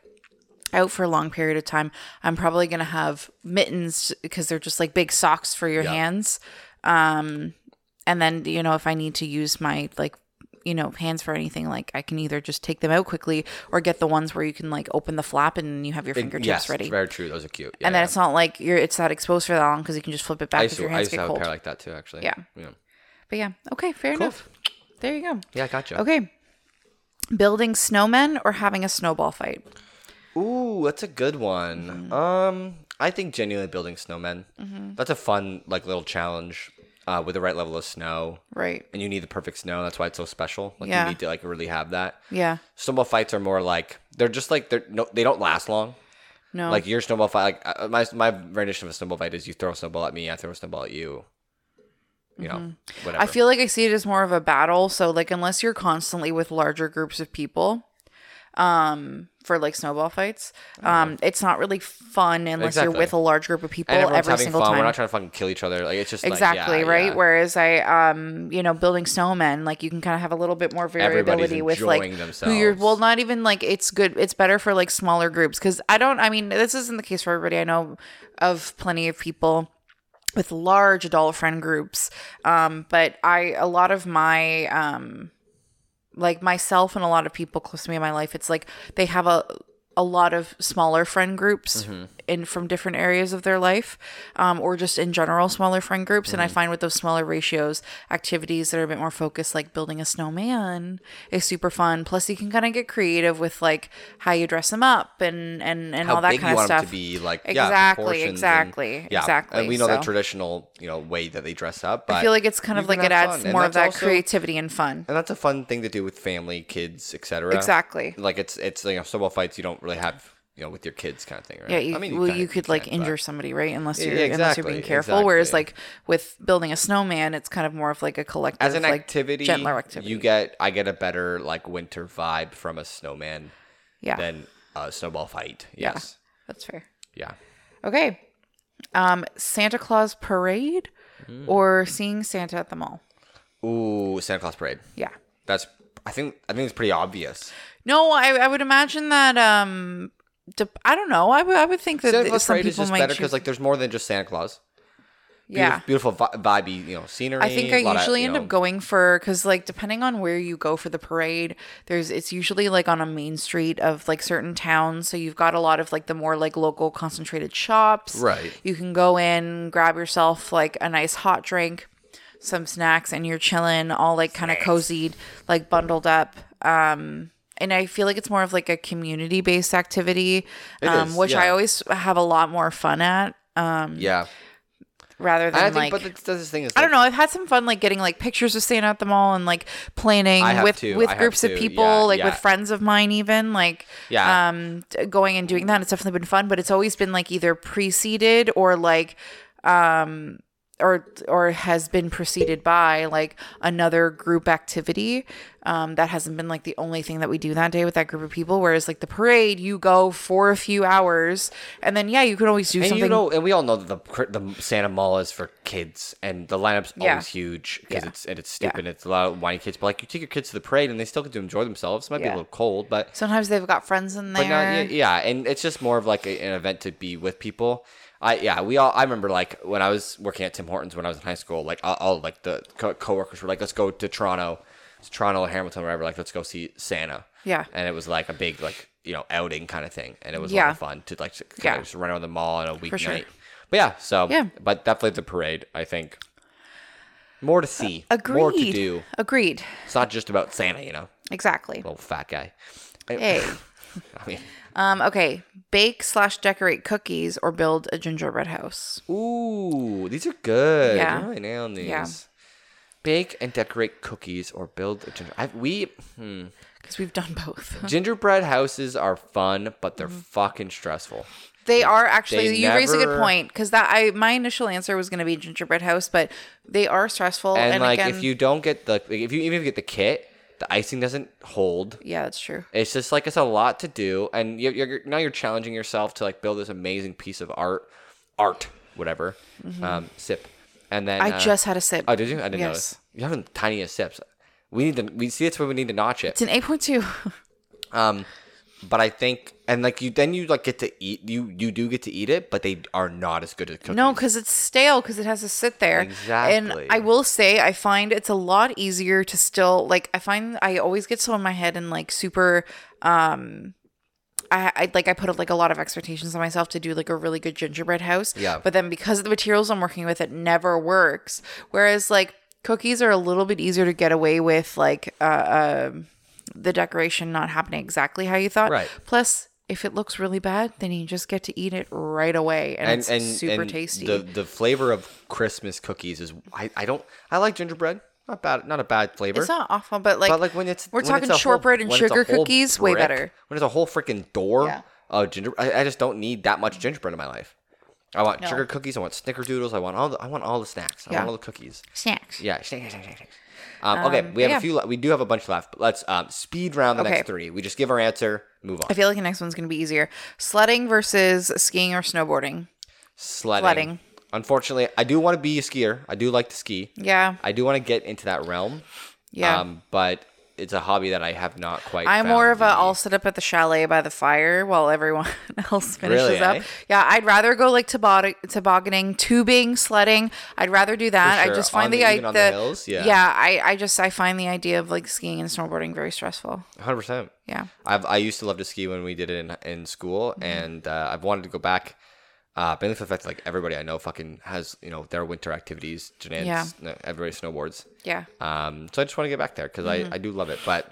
A: out for a long period of time, I'm probably gonna have mittens because they're just like big socks for your hands. Um, and then you know if I need to use my like you know, pans for anything, like I can either just take them out quickly or get the ones where you can like open the flap and you have your fingertips
B: yes,
A: ready.
B: very true. Those are cute. Yeah,
A: and then
B: yeah.
A: it's not like you're it's not exposed for that long because you can just flip it back
B: I
A: if
B: used
A: your
B: to, I
A: hands
B: used to
A: get
B: have
A: cold.
B: a pair like that too, actually.
A: Yeah.
B: Yeah.
A: But yeah, okay, fair enough. There you go.
B: Yeah, gotcha.
A: Okay. Building snowmen or having a snowball fight?
B: Ooh, that's a good one.
A: Mm-hmm.
B: Um, I think genuinely building snowmen. That's a fun like little challenge uh, with the right level of snow,
A: Right.
B: and you need the perfect snow. That's why it's so special. Like
A: Yeah.
B: you need to like really have that.
A: Yeah.
B: Snowball fights are more like they're just like they're no they don't last long.
A: No.
B: Like your snowball fight, like uh, my my rendition of a snowball fight is you throw a snowball at me, I throw a snowball at you. You know, whatever.
A: Mm-hmm. I feel like I see it as more of a battle. So like unless you're constantly with larger groups of people, um, for like snowball fights, um, it's not really fun unless
B: Oh, Exactly.
A: you're with a large group of people
B: and everyone's
A: every
B: having
A: single
B: fun.
A: time.
B: We're not trying to fucking kill each other. Like it's just like, yeah,
A: exactly right.
B: yeah.
A: Whereas I, um, you know, building snowmen, like you can kind of have a little bit more variability with like
B: enjoying
A: who you're.
B: themselves.
A: Well, not even like it's good. It's better for like smaller groups because I don't. I mean, this isn't the case for everybody. I know of plenty of people with large adult friend groups, um, but I a lot of my um, like myself and a lot of people close to me in my life, it's like they have a a lot of smaller friend groups
B: Mm-hmm.
A: in from different areas of their life, um, or just in general smaller friend groups. And I
B: Mm-hmm.
A: find with those smaller ratios, activities that are a bit more focused, like building a snowman, is super fun. Plus, you can kind of get creative with like how you dress them up and and and
B: how
A: all that
B: big
A: kind
B: you
A: of
B: want
A: stuff.
B: them to be, like yeah,
A: exactly,
B: proportions and-
A: exactly,
B: yeah.
A: exactly.
B: And we know the
A: So
B: traditional, you know, way that they dress up. But
A: I feel like it's kind of
B: you
A: like it
B: can have
A: adds
B: fun. And
A: more of that
B: that's also-
A: creativity and fun.
B: and that's a fun thing to do with family, kids, etc.
A: Exactly.
B: Like it's it's you know snowball fights you don't really have you know with your kids kind of thing, right?
A: Yeah, you,
B: I mean,
A: well,
B: kinda-
A: you could like
B: can, but-
A: injure somebody, right? Unless
B: Yeah,
A: you're
B: yeah,
A: unless you're being
B: exactly,
A: careful. Whereas, like
B: exactly.
A: with building a snowman, it's kind of more of like a collective,
B: as an
A: like,
B: activity,
A: gentler activity.
B: You get I get a better like winter vibe from a snowman
A: yeah,
B: than a snowball fight. Yes.
A: that's fair.
B: Yeah.
A: Okay, um, Santa Claus parade
B: Mm.
A: or seeing Santa at the mall?
B: Ooh, Santa Claus parade.
A: Yeah.
B: That's I think I think it's pretty obvious.
A: No, I, I would imagine that. Um, de- I don't know. I would I would think that
B: Santa
A: th-
B: Claus
A: some
B: parade
A: people
B: is just
A: might
B: better
A: choose-
B: because like there's more than just Santa Claus.
A: yeah.
B: beautiful, beautiful vi- vibey, you know, scenery.
A: I think I
B: a lot of,
A: usually
B: you
A: end
B: know-
A: up going for because like depending on where you go for the parade, there's it's usually like on a main street of like certain towns, so you've got a lot of like the more like local concentrated shops.
B: Right.
A: You can go in, grab yourself like a nice hot drink, some snacks, and you're chilling, all like kind of cozied, like bundled up. Um, and I feel like it's more of like a community based activity, um,
B: is,
A: which I
B: yeah.
A: always have a lot more fun at um,
B: Yeah,
A: rather than
B: and I think,
A: like.
B: but that's, that's the thing is,
A: I
B: like,
A: don't know. I've had some fun, like getting like pictures of Santa at the mall and like planning
B: I have
A: with
B: too.
A: with
B: I have
A: groups of
B: too.
A: people,
B: Yeah,
A: like with
B: yeah.
A: friends of mine, even like
B: Yeah.
A: um, t- going and doing that. It's definitely been fun, but it's always been like either preceded or like um or or has been preceded by like another group activity um that hasn't been like the only thing that we do that day with that group of people whereas like the parade you go for a few hours and then yeah you can always do
B: And
A: something
B: you know, and we all know that the cr- the Santa Mall is for kids, and the lineup's
A: Yeah.
B: always huge because
A: Yeah.
B: it's and it's
A: Yeah.
B: stupid. and It's a lot of whiny kids, but like you take your kids to the parade, and they still get to enjoy themselves. It might be
A: Yeah.
B: a little cold, but
A: sometimes they've got friends in there
B: But no, yeah, yeah, and it's just more of like a, an event to be with people. I yeah, we all. I remember like when I was working at Tim Hortons when I was in high school. Like all, all like the co- coworkers were like, "Let's go to Toronto, to Toronto, Hamilton, wherever. Like, let's go see Santa."
A: Yeah.
B: and it was like a big like you know outing kind of thing, and it was a lot
A: Yeah.
B: of fun to like kind
A: Yeah.
B: of just run around the mall on a weeknight.
A: sure.
B: But yeah, so
A: Yeah.
B: but definitely the parade. I think more to see, more to do.
A: Agreed.
B: It's not just about Santa, you know,
A: Exactly.
B: little fat guy.
A: Hey.
B: I mean.
A: Um, okay. Bake slash decorate cookies or build a gingerbread house.
B: Ooh, these are good.
A: Yeah.
B: Yeah. Really nailing these.
A: Yeah.
B: Bake and decorate cookies or build a ginger. I, we hmm.
A: Because we've done both.
B: gingerbread houses are fun, but they're
A: Mm-hmm.
B: fucking stressful.
A: They are actually
B: They
A: you raise a good
B: never-
A: point. Because that I my initial answer was gonna be gingerbread house, but they are stressful
B: And,
A: and,
B: like,
A: again,
B: if you don't get the, if you even if you get the kit, the icing doesn't hold.
A: Yeah, that's true.
B: It's just like it's a lot to do, and you're, you're now you're challenging yourself to like build this amazing piece of art, art, whatever. Um, sip, and then
A: Mm-hmm. I
B: uh,
A: just had a sip.
B: Oh, did you? I didn't
A: Yes.
B: notice. You having the tiniest sips. We need to. We see. That's where we need to notch it.
A: It's an eight point two.
B: Um, but I think and like you then you like get to eat you you do get to eat it, but they are not as good as cookies.
A: No, because it's stale because it has to sit there.
B: Exactly.
A: And I will say, I find it's a lot easier to still like. I find I always get so in my head and like super. um I, I like I put up like a lot of expectations on myself to do like a really good gingerbread house.
B: Yeah.
A: But then because of the materials I'm working with, it never works. Whereas like cookies are a little bit easier to get away with like uh, uh the decoration not happening exactly how you thought.
B: Right.
A: Plus, if it looks really bad, then you just get to eat it right away, and, it's super
B: and
A: tasty.
B: The the flavor of Christmas cookies is I, I don't I like gingerbread. Not bad not a bad flavor.
A: It's not awful, but like,
B: but like when it's
A: we're
B: when
A: talking
B: it's a whole-
A: shortbread and
B: when it's a
A: sugar
B: whole
A: cookies, way
B: brick-
A: better.
B: When it's a whole freaking door
A: Yeah.
B: of ginger, I, I just don't need that much gingerbread in my life. I want sugar cookies. I want snickerdoodles. I want all the. I want all the snacks. I
A: Yeah.
B: want all the cookies.
A: Snacks.
B: Yeah. snack, snack, snack, snack. Um, okay, we have
A: yeah.
B: a few. le- We do have a bunch left, but let's um, speed round the
A: Okay.
B: next three. We just give our answer, move on.
A: I feel like the next one's gonna be easier. Sledding versus skiing or snowboarding.
B: sledding.
A: Sledding.
B: Unfortunately, I do want to be a skier. I do like to ski.
A: Yeah,
B: I um, do want to get into that realm.
A: yeah.
B: but it's a hobby that I have not quite.
A: I'm more of a.
B: all.
A: I'll sit up at the chalet by the fire while everyone else finishes
B: Really,
A: up.
B: eh?
A: Yeah, I'd rather go like tobog- tobogganing, tubing, sledding. I'd rather do that.
B: sure.
A: I just
B: On
A: find
B: the-
A: the idea.
B: even on the hills? Yeah.
A: I, I just I find the idea of like skiing and snowboarding very stressful.
B: Hundred percent.
A: Yeah.
B: I've I used to love to ski when we did it in in school,
A: Mm-hmm.
B: and uh, I've wanted to go back. Uh, mainly for the fact that like everybody I know fucking has you know their winter activities. Janan's,
A: Yeah.
B: no, everybody snowboards.
A: Yeah. Mm-hmm.
B: Um, so I just want to get back there because I I do love it, but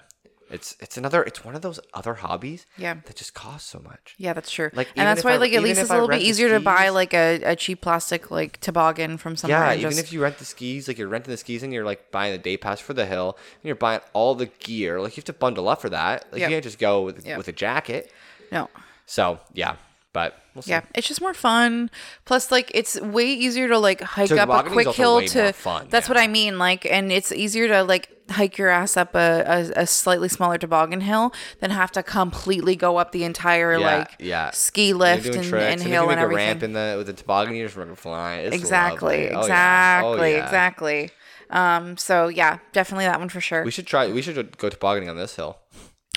B: it's it's another it's one of those other hobbies.
A: Yeah.
B: That just costs so much.
A: Yeah, that's true.
B: Like, even
A: and that's
B: if
A: why,
B: I-
A: like, at
B: even
A: least
B: if
A: it's
B: I
A: a little bit
B: rent the
A: easier to buy
B: skis-
A: like a, a cheap plastic like toboggan from somewhere.
B: Yeah,
A: and
B: even
A: just-
B: if you rent the skis, like you're renting the skis and you're like buying the day pass for the hill and you're buying all the gear, like you have to bundle up for that. Like
A: Yep.
B: you can't just go with,
A: Yep.
B: with a jacket.
A: no,
B: So yeah, but we'll see.
A: yeah, it's just more fun. Plus, like, it's way easier to like hike up a
B: Tobogganing's
A: quick
B: also
A: hill
B: way
A: to.
B: more fun,
A: that's
B: yeah.
A: what I mean. Like, and it's easier to like hike your ass up a, a, a slightly smaller toboggan hill than have to completely go up the entire
B: Yeah,
A: like
B: yeah.
A: ski
B: You're
A: lift
B: doing
A: and,
B: tricks,
A: and
B: if you
A: hill
B: make
A: and
B: a
A: everything.
B: ramp in the with the toboggan, you're just fucking flying. It's
A: exactly,
B: lovely. Oh, yeah. Oh,
A: exactly,
B: yeah.
A: exactly. Um, so yeah, definitely that one for sure.
B: We should try. We should go tobogganing on this hill.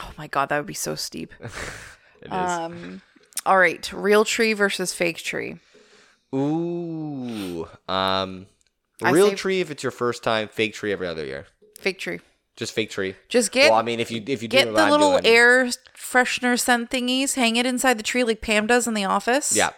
A: oh my god, that would be so steep. Um,
B: It is.
A: All right, real tree versus fake tree.
B: Ooh. Um.
A: I
B: Real
A: say-
B: tree if it's your first time. Fake tree every other year.
A: Fake tree.
B: Just fake tree.
A: Just get
B: well, I mean, if you if you do
A: get
B: what
A: the
B: I'm
A: little
B: doing-
A: air freshener scent thingies, hang it inside the tree like Pam does in the office.
B: Yeah.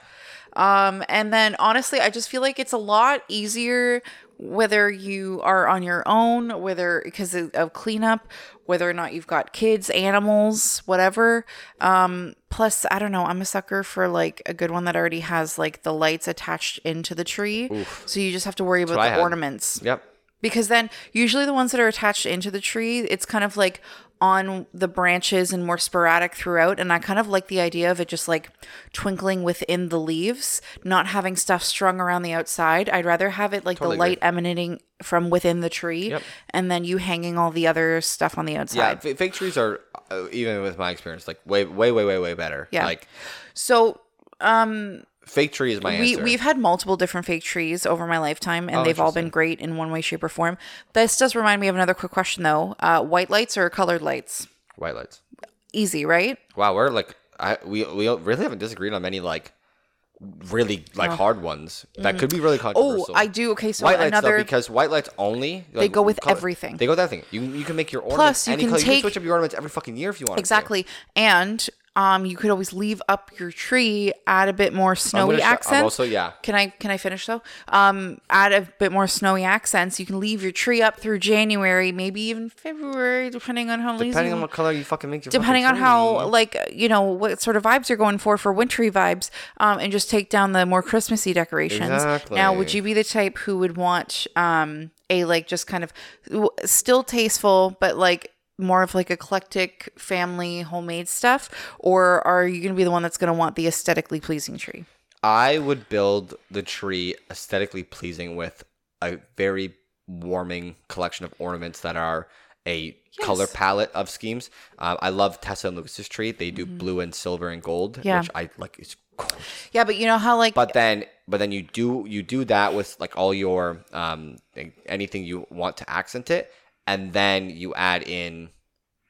A: Um, and then honestly, I just feel like it's a lot easier whether you are on your own, whether because of- of cleanup, whether or not you've got kids, animals, whatever. Um, plus, I don't know, I'm a sucker for like a good one that already has like the lights attached into the tree. So you just have to worry about
B: what I
A: the
B: had.
A: ornaments
B: Yep.
A: because then usually the ones that are attached into the tree it's kind of like on the branches and more sporadic throughout and i kind of like the idea of it just like twinkling within the leaves not having stuff strung around the outside i'd rather have it like
B: Totally
A: the light emanating from within the tree
B: Yep.
A: and then you hanging all the other stuff on the
B: Yeah.
A: outside
B: fa- fake trees are uh, even with my experience like way way way way way better.
A: Yeah.
B: Like
A: so
B: fake tree is my
A: we
B: answer. Oh,
A: we've had multiple different fake trees over my lifetime, and they've all been great in one way, shape, or form. This does remind me of another quick question, though: uh, white lights or colored lights?
B: White lights.
A: Easy, right?
B: Wow, we're like I we we really haven't disagreed on many like really like hard ones that could be really
A: Oh,
B: controversial.
A: I do. Okay, so
B: white lights though
A: another
B: because white lights only they
A: go with everything.
B: They go with everything. You you can make your ornaments
A: Plus, you
B: any
A: can
B: color. you can
A: take-
B: switch up your ornaments every fucking year if you want.
A: exactly, and um, you could always leave up your tree, add a bit more snowy
B: show- I'm
A: accents.
B: also- yeah.
A: Can I can I finish though? Um, add a bit more snowy accents. You can leave your tree up through January, maybe even February, depending on how lazy.
B: Depending
A: you-
B: on what color you fucking make your
A: depending on
B: fucking
A: how
B: tree.
A: like you know what sort of vibes you're going for for wintry vibes um, and just take down the more christmassy decorations now would
B: Exactly.
A: you be the type who would want um, a like just kind of w- still tasteful but like more of like eclectic family homemade stuff or are you going to be the one that's going to want the aesthetically pleasing tree
B: I would build the tree aesthetically pleasing with a very warming collection of ornaments that are a color palette of schemes. Um, I love Tessa and Lucas's tree. They do blue and silver and gold,
A: Mm-hmm. Yeah.
B: which I like. It's gorgeous.
A: yeah but you know how like
B: But then, but then you do you do that with like all your um thing- anything you want to accent it, and then you add in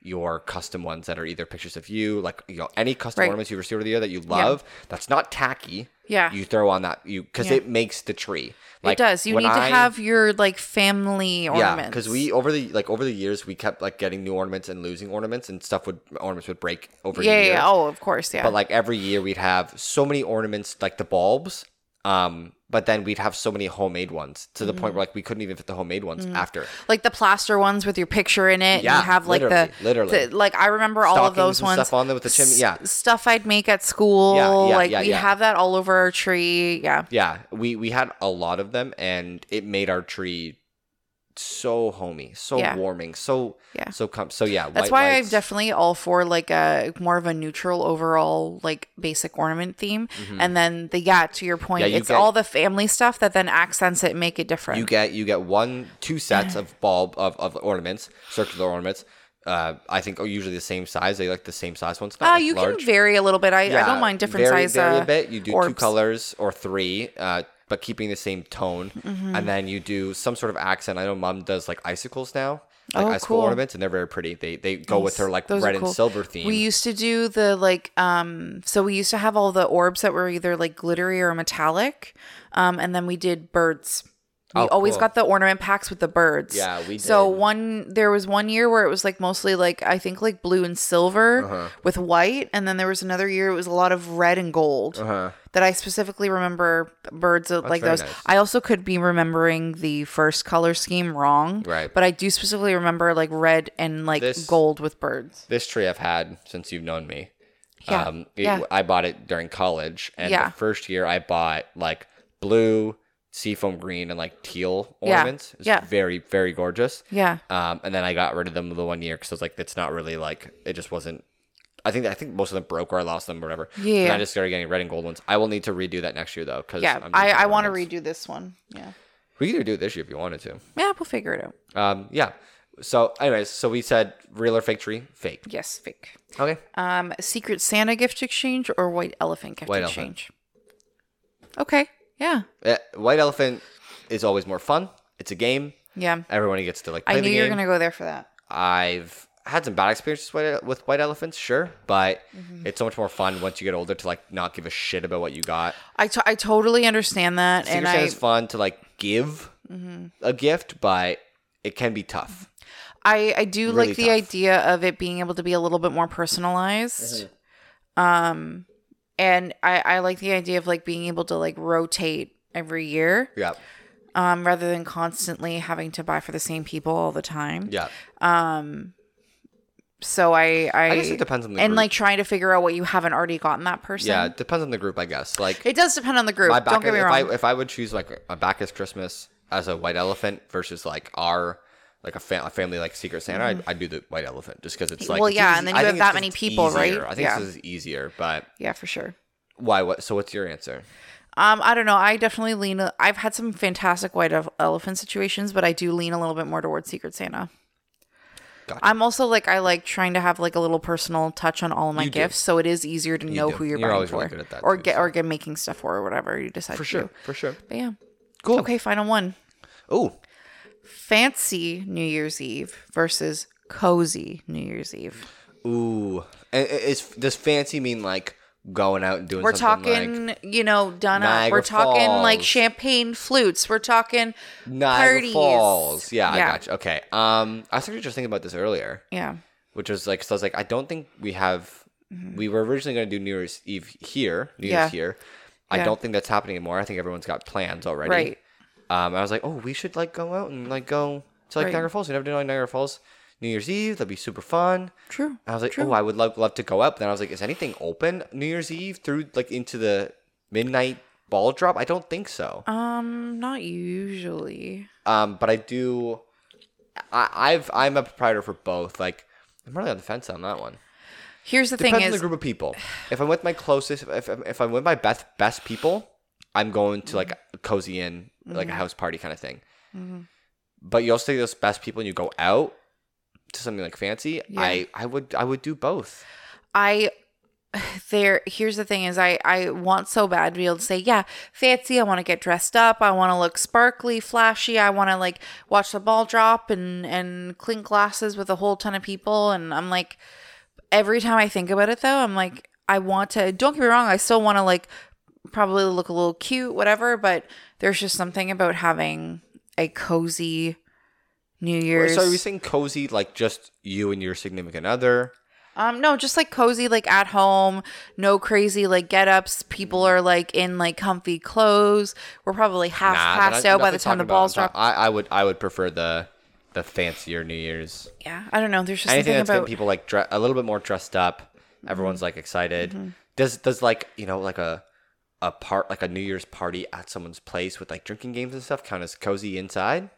B: your custom ones that are either pictures of you, like you know, any custom
A: Right.
B: ornaments you receive over the year that you love. That's not tacky.
A: Yeah.
B: You throw on that you because
A: Yeah.
B: it makes the tree.
A: it does. You
B: when
A: need to
B: I-
A: have your like family ornaments.
B: yeah, because we over the like over the years we kept like getting new ornaments and losing ornaments and stuff would ornaments would break over
A: Yeah,
B: the
A: yeah,
B: years.
A: yeah. Oh, of course. Yeah.
B: But like every year we'd have so many ornaments like the bulbs. Um, but then we'd have so many homemade ones to the point
A: Mm.
B: where like we couldn't even fit the homemade ones after.
A: like the plaster ones with your picture in it.
B: Yeah,
A: Mm. and you have like the
B: literally, literally.
A: the- like I remember all of
B: Stockings
A: those
B: and
A: ones.
B: stuff on there with the chimney,
A: S-
B: yeah.
A: stuff I'd make at school.
B: Yeah, yeah,
A: like
B: yeah,
A: we
B: yeah.
A: have that all over our tree. Yeah,
B: Yeah, we we had a lot of them, and it made our tree so homey, so
A: Yeah.
B: warming, so
A: Yeah.
B: so com- so yeah.
A: that's
B: white
A: why
B: lights.
A: I'm definitely all for like a more of a neutral overall like basic ornament theme. And then the yeah, to your point,
B: Mm-hmm. Yeah, you
A: it's
B: get-
A: all the family stuff that then accents it, and make it different.
B: you get you get one two sets of bulb of, of ornaments, circular ornaments. Uh, I think are usually the same size. They like the same size ones. not,
A: Uh,
B: like,
A: you
B: large.
A: can vary a little bit. I, I
B: Yeah,
A: don't mind different
B: vary,
A: size.
B: Vary
A: uh,
B: a bit. You do two
A: orbs.
B: colors or three, uh, but keeping the same tone,
A: Mm-hmm.
B: and then you do some sort of accent. I know mom does like icicles now, like
A: Oh,
B: icicle
A: cool.
B: ornaments, and they're very pretty. They they go with her like
A: Those are
B: red
A: cool.
B: and silver theme.
A: We used to do the like um so we used to have all the orbs that were either like glittery or metallic. Um and then we did birds. We
B: Oh,
A: always
B: cool.
A: got the ornament packs with the birds.
B: Yeah, we
A: So
B: did.
A: one there was one year where it was like mostly like I think like blue and silver
B: Uh-huh.
A: with white and then there was another year it was a lot of red and
B: Uh-huh.
A: gold. That I specifically remember birds like
B: very
A: those.
B: nice.
A: I also could be remembering the first color scheme wrong.
B: Right.
A: But I do specifically remember like red and like
B: This-
A: gold with birds.
B: this tree I've had since you've known me. Um,
A: Yeah,
B: it-
A: yeah.
B: I bought it during college, and
A: Yeah.
B: the first year I bought like blue, seafoam green, and like teal
A: Yeah,
B: ornaments. It's
A: yeah.
B: very very gorgeous.
A: Yeah.
B: Um, and then I got rid of them the one year because I was like, it's not really like it just wasn't. I think I think most of them broke or I lost them or whatever. So then
A: Yeah.
B: I just started getting red and gold ones. I will need to redo that next year though because
A: Yeah. I, I want to redo this one. Yeah.
B: We could do it this year if you wanted to.
A: Yeah, we'll figure it out.
B: Um, yeah. So, anyways, so we said real or fake tree, fake. Uh,
A: Yes, fake.
B: Okay.
A: Um, Secret Santa gift exchange or white elephant gift
B: White elephant.
A: exchange? Okay. Yeah.
B: Uh, White elephant is always more fun. It's a game.
A: Yeah.
B: Everyone gets to like play
A: I knew
B: the
A: you were
B: game.
A: going to go there for that.
B: I've had some bad experiences with, with white elephants, sure, but
A: Mm-hmm.
B: it's so much more fun once you get older to like not give a shit about what you got.
A: I, to- I totally understand that.
B: Secret
A: and I, Mm-hmm.
B: Santa is fun to like give a gift, but it can be tough.
A: I, I do
B: Really
A: like the
B: tough.
A: idea of it being able to be a little bit more personalized. Um,
B: Mm-hmm.
A: and I, I like the idea of like being able to like rotate every year
B: Yeah,
A: um, rather than constantly having to buy for the same people all the time. Um,
B: yeah.
A: So I, I,
B: I guess it depends on the
A: and
B: group.
A: like trying to figure out what you haven't already gotten that person.
B: yeah, it depends on the group, I guess. Like
A: it does depend on the group.
B: my back
A: Don't get me
B: if
A: wrong.
B: I if I would choose like a back is Christmas as a white elephant versus like our like a, fam- a family like Secret Santa, I'd, I'd do the white elephant just because it's like
A: Mm-hmm. Well,
B: it's
A: yeah, and then
B: I
A: you
B: think
A: have
B: it's
A: that
B: just
A: many people, right?
B: easier. I think
A: Yeah.
B: this is easier, but
A: yeah, for sure.
B: why? What? So what's your answer?
A: Um, I don't know. I definitely lean. I've had some fantastic white ele- elephant situations, but I do lean a little bit more towards Secret Santa.
B: Gotcha.
A: I'm also like I like trying to have like a little personal touch on all of my
B: You do.
A: gifts, so it is easier to know
B: do.
A: who you're,
B: You're
A: buying
B: always
A: for,
B: really good at that
A: or
B: too,
A: get
B: so.
A: or get making stuff for, or whatever you decide.
B: For
A: to
B: sure,
A: do.
B: for sure.
A: But yeah,
B: Cool.
A: okay. Final one:
B: Oh,
A: fancy New Year's Eve versus cozy New Year's Eve.
B: ooh. And is does fancy mean like going out and doing?
A: We're
B: something
A: talking, you know, done up.
B: Niagara
A: We're talking like
B: Falls.
A: champagne flutes. We're talking
B: Niagara
A: parties.
B: Falls. Yeah, I
A: Yeah.
B: got you. Okay. Um, I was actually just thinking about this earlier,
A: Yeah.
B: which was like, so I was like, I don't think we have. We were originally going to do New Year's Eve here, New
A: Mm-hmm. Yeah.
B: Year's here. I
A: Yeah.
B: don't think that's happening anymore. I think everyone's got plans already.
A: Right.
B: Um, I was like, oh, we should like go out and like go to like
A: Right.
B: Niagara Falls. We never did Niagara Falls. New Year's Eve, that'd be super fun.
A: True.
B: I was like, oh, I would love love to go up. Then I was like, is anything open New Year's Eve through like into the midnight ball drop? I don't think so.
A: Um, not usually.
B: Um, but I do. I, I've I'm a proprietor for both. Like I'm really on the fence on that one.
A: Here's the
B: Depends
A: thing
B: on the
A: is
B: group of people. If I'm with my closest, if I'm- if I'm with my best best people, I'm going to like a cozy in like a
A: Mm-hmm.
B: house party kind of thing. But you also take those best people and you go out to something like fancy.
A: Yeah.
B: I I would I would do both.
A: I there here's the thing is I I want so bad to be able to say, yeah, fancy, I want to get dressed up, I want to look sparkly, flashy, I want to like watch the ball drop and and clink glasses with a whole ton of people and I'm like every time I think about it though, I'm like I want to don't get me wrong, I still want to like probably look a little cute, whatever, but there's just something about having a cozy New Year's.
B: So are we saying cozy like just you and your significant other?
A: Um, no, just like cozy, like at home, no crazy like get ups. People are like in like comfy clhes. We're probably half
B: that
A: passed
B: I-
A: out by
B: nothing
A: the time
B: talking
A: the
B: about-
A: balls
B: I'm
A: drop.
B: talk- I, I would I would prefer the the fancier New Year's.
A: yeah, I don't know. There's just
B: Anything
A: something
B: that's
A: about Mm-hmm.
B: been people like dre- a little bit more dressed up. Everyone's like excited. Does does like you know like a a part like a New Year's party at someone's place with like drinking games and stuff count as cozy inside?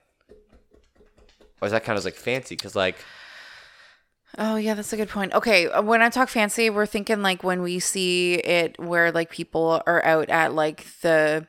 B: Or is that count as like fancy? Because like
A: Oh yeah, that's a good point. Okay, uh, when I talk fancy, we're thinking like when we see it where like people are out at like the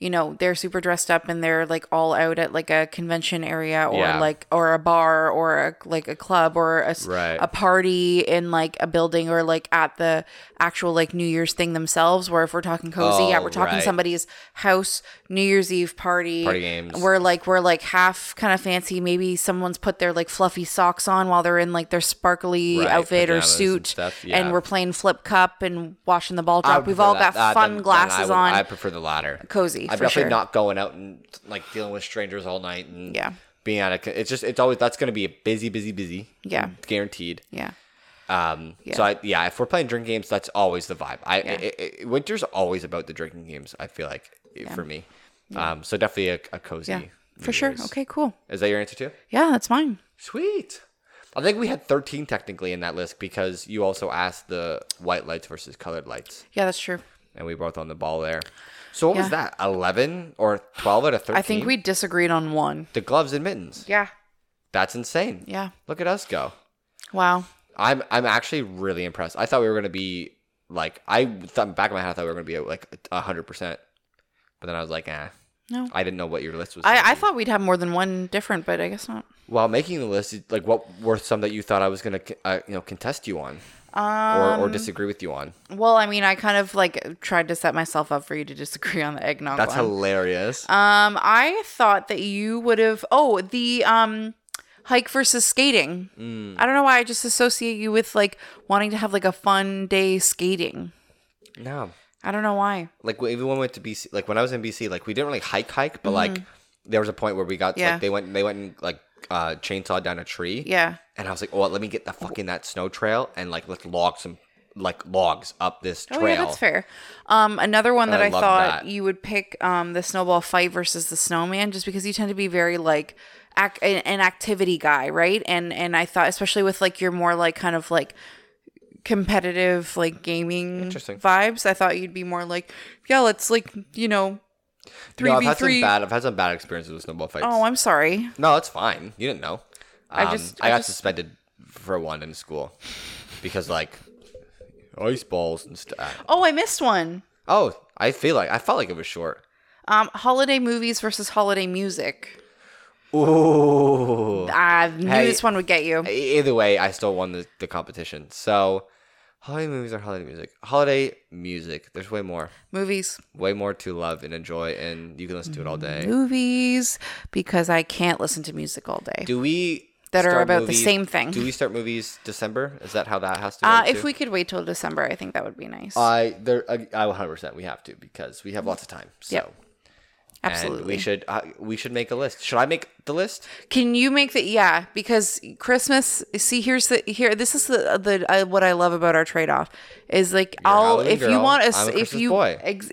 A: you know, they're super dressed up and they're like all out at like a convention area or
B: Yeah.
A: like or a bar or a, like a club or a, s-
B: Right.
A: a party in like a building or like at the actual like New Year's thing themselves where if we're talking cozy, yeah,
B: Oh,
A: we're talking
B: right.
A: somebody's house New Year's Eve party
B: Party games.
A: where like we're like half kind of fancy. Maybe someone's put their like fluffy socks on while they're in like their sparkly
B: Right,
A: outfit or
B: pajamas and
A: suit, and,
B: stuff, yeah.
A: we're playing flip cup and watching the ball
B: I
A: drop.
B: would
A: We've
B: prefer
A: all got
B: that- that
A: fun
B: than- than I
A: glasses
B: would-
A: on.
B: I prefer the latter.
A: Cozy,
B: I'm
A: for
B: definitely
A: sure.
B: not going out and like dealing with strangers all night and
A: Yeah.
B: being out of. c- It's just it's always that's going to be a busy, busy, busy.
A: Yeah.
B: guaranteed.
A: yeah,
B: Um, so I, yeah, if we're playing drink games, that's always the vibe. I i i i- winter's always about the drinking games. I feel like i- for me, um, so definitely a, a cozy.
A: yeah,
B: New
A: for sure.
B: Year's.
A: Okay, cool.
B: is that your answer too?
A: Yeah, that's mine.
B: Sweet. I think we had 13 technically in that list because you also asked the white lights versus colored lights,
A: Yeah, that's true.
B: and we were both on the ball there. So what was
A: Yeah.
B: that? 11 or 12 out of 13?
A: I think we disagreed on one.
B: the gloves and mittens.
A: Yeah,
B: That's insane.
A: yeah.
B: Look at us go.
A: Wow.
B: I'm I'm actually really impressed. I thought we were gonna be like I thought back in my head I thought we were gonna be like hundred percent, but then I was like, eh.
A: No.
B: I didn't know what your list was.
A: I, I thought we'd have more than one different, but I guess not.
B: While making the list, it- like what were some that you thought I was gonna uh, you know contest you on or
A: Um,
B: or disagree with you on?
A: Uh, Well, I mean, I kind of like tried to set myself up for you to disagree on the eggnog.
B: That's
A: one.
B: hilarious.
A: Um, I thought that you would have. Oh, the um, hike versus skating. I don't know why I just associate you with like wanting to have like a fun day skating.
B: no,
A: I don't know why.
B: like we- even when we went to BC, like when I was in BC, like we didn't really hike hike, but like there was a point where we got
A: Mm-hmm. Yeah.
B: like they went they went and like uh chainsawed down a tree.
A: Yeah,
B: And I was like, "Oh, let me get the fucking that snow trail and like let's log some like logs up this
A: Oh
B: trail."
A: yeah, that's fair. Um, another one that
B: I
A: I,
B: love
A: thought
B: that.
A: you would pick um, the snowball fight versus the snowman, just because you tend to be very like ac- an, an activity guy, right? And and I thought, especially with like your more like kind of like competitive like gaming
B: Interesting.
A: vibes, I thought you'd be more like, yeah, let's like you know, three
B: no, I've
A: v
B: had some
A: three.
B: bad. I've had some bad experiences with snowball fights.
A: Oh, I'm sorry.
B: no, it's fine. You didn't know. Um, I
A: just-
B: I,
A: I
B: got
A: just-
B: suspended for one in school because like ice balls and stuff.
A: Oh, I missed one.
B: Oh, I feel like I felt like it was short.
A: Um, holiday movies versus holiday music.
B: Ooh.
A: I knew
B: Hey,
A: this one would get you.
B: e-, Either way, I still won the, the competition. So, holiday movies are holiday music. Holiday music. There's way more.
A: movies.
B: way more to love and enjoy, and you can listen to it all
A: Mm-hmm.
B: day.
A: movies because I can't listen to music all day.
B: Do we
A: That are
B: start
A: about the same thing.
B: Do we start movies December? Is that how that has to? Uh,
A: uh,
B: go
A: if
B: too?
A: we could wait till December, I think that would be nice.
B: I there, I 100 percent we have to because we have lots of time. So
A: Yep.
B: and we
A: Absolutely.
B: should uh, we should make a list. Should I make the list?
A: Can you make the yeah? Because Christmas. See, here's the here. This is the the uh, what I love about our trade off is like I'll
B: Halloween
A: if you
B: girl,
A: want
B: I'm a
A: us if
B: Christmas
A: you
B: boy.
A: Ex-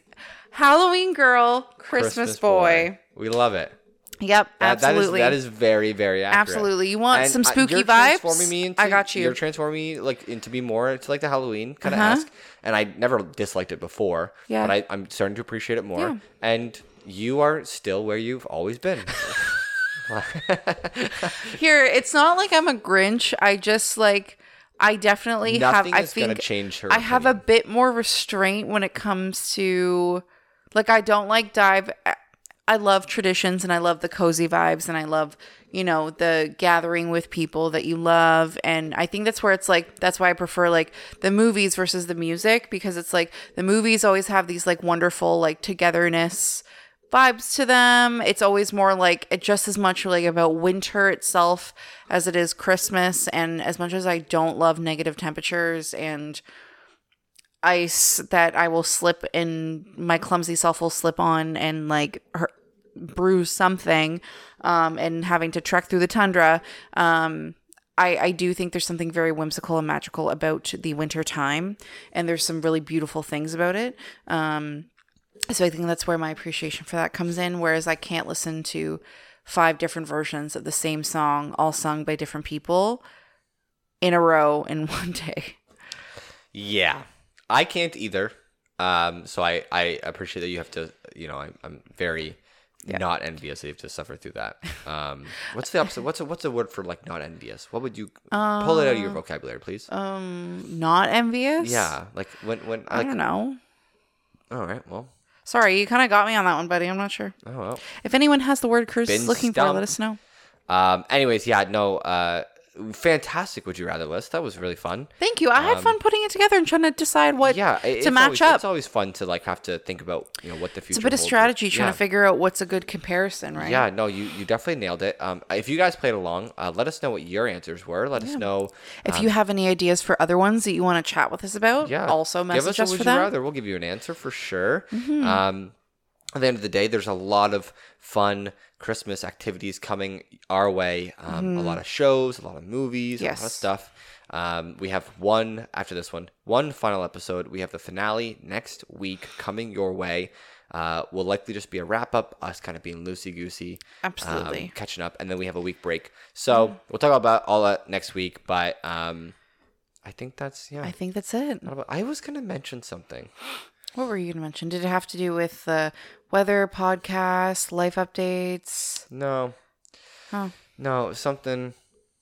A: Halloween girl, Christmas, boy.
B: We love it.
A: Yep,
B: That-
A: absolutely.
B: That is, that is very very accurate.
A: Absolutely. You want some
B: uh,
A: spooky
B: you're
A: vibes?
B: transforming me into-
A: I got you. Uh-huh.
B: You're transforming me like into be more into like the Halloween kind of esque, and I never disliked it before.
A: Yeah.
B: But I, I'm starting to appreciate it more,
A: Yeah.
B: and you are still where you've always been.
A: here. It's not like I'm a Grinch. I just like I definitely
B: Nothing
A: have.
B: is
A: I think
B: gonna change her.
A: I have a bit more restraint when it comes to like I don't like dive I love traditions and I love the cozy vibes and I love, you know, the gathering with people that you love. And I think that's where it's like, that's why I prefer like the movies versus the music because it's like the movies always have these like wonderful like togetherness vibes to them. It's always more like it just as much like about winter itself as it is Christmas. And as much as I don't love negative temperatures and ice that I will slip in my clumsy self will slip on and like her, bruise something um, and having to trek through the tundra. Um, I, I do think there's something very whimsical and magical about the winter time and there's some really beautiful things about it. Um, so I think that's where my appreciation for that comes in. Whereas I can't listen to five different versions of the same song, all sung by different people in a row in one day.
B: Yeah, I can't either. Um, so I, I appreciate that you have to. You know, I, I'm very not envious that you have to suffer through that. Um, what's the opposite? What's a, what's the word for like not envious? What would you pull it out of
A: Um,
B: your vocabulary, please?
A: uh, Not envious?
B: yeah, like when when
A: I
B: like
A: don't know.
B: all right, well,
A: Sorry, you kind of got me on that one, buddy. I'm not sure.
B: oh well.
A: If anyone has the word Chris is
B: Been
A: looking for, let
B: stumped.
A: us know.
B: Um, anyways, yeah, no, uh, fantastic. Would you rather list? That was really fun.
A: Thank you. I had fun putting it together and trying to decide what
B: Um, Yeah, it-
A: to
B: it's
A: match
B: always,
A: up.
B: It's always fun to like have to think about you know what the future.
A: It's a bit of
B: holds.
A: strategy trying
B: Yeah.
A: to figure out what's a good comparison, right?
B: Yeah, no, you, you definitely nailed it. Um, if you guys played along, uh, let us know what your answers were. Let us know.
A: If you have any ideas for other ones that you want to chat with us about,
B: um, Yeah,
A: also message
B: a
A: us,
B: would
A: for
B: you
A: them. Mm-hmm.
B: Rather. We'll give you an answer for sure. Um, at the end of the day, there's a lot of fun Christmas activities coming our way. Um, A lot of shows, a lot of movies, a lot of
A: Mm-hmm. Yes.
B: stuff. Um, we have one after this one, one final episode. We have the finale next week coming your way. Uh, will likely just be a wrap up, us kind of being loosey goosey, um,
A: Absolutely. Mm-hmm.
B: catching up, and then we have a week break. So we'll talk about all that next week. But um, I think that's yeah.
A: I think that's it.
B: Not about- I was gonna mention something.
A: What were you going to mention? Did it have to do with the weather podcast, life updates?
B: No,
A: Oh,
B: no, something,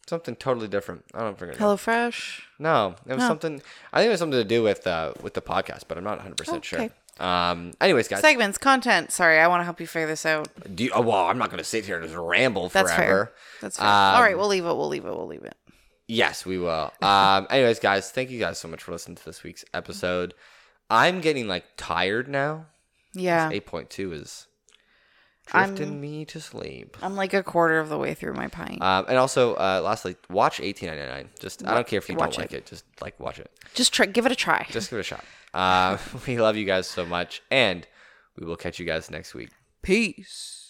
B: something totally different. I don't forget.
A: HelloFresh?
B: No, it was
A: No.
B: something. I think it was something to do with uh, with the podcast, but I'm not 100 percent sure.
A: Okay.
B: Um. Anyways, guys,
A: Segments, content. Sorry, I want to help you figure this out.
B: do you, oh, well, I'm not gonna sit here and just ramble
A: That's
B: forever.
A: fair. That's fair. All
B: Um,
A: right, we'll leave it. We'll leave it. We'll leave it.
B: Yes, we will. Um. Anyways, guys, thank you guys so much for listening to this week's episode. I'm getting like tired now.
A: Yeah.
B: 8.2 is
A: I'm-
B: drifting me to sleep.
A: I'm like a quarter of the way through my pint.
B: Um, and also, uh, lastly, watch 1899. Just I don't care if you
A: watch
B: don't like it. Just like watch it.
A: Just try, give it a try.
B: Just give it a shot. Uh, we love you guys so much, and we will catch you guys next week.
A: Peace.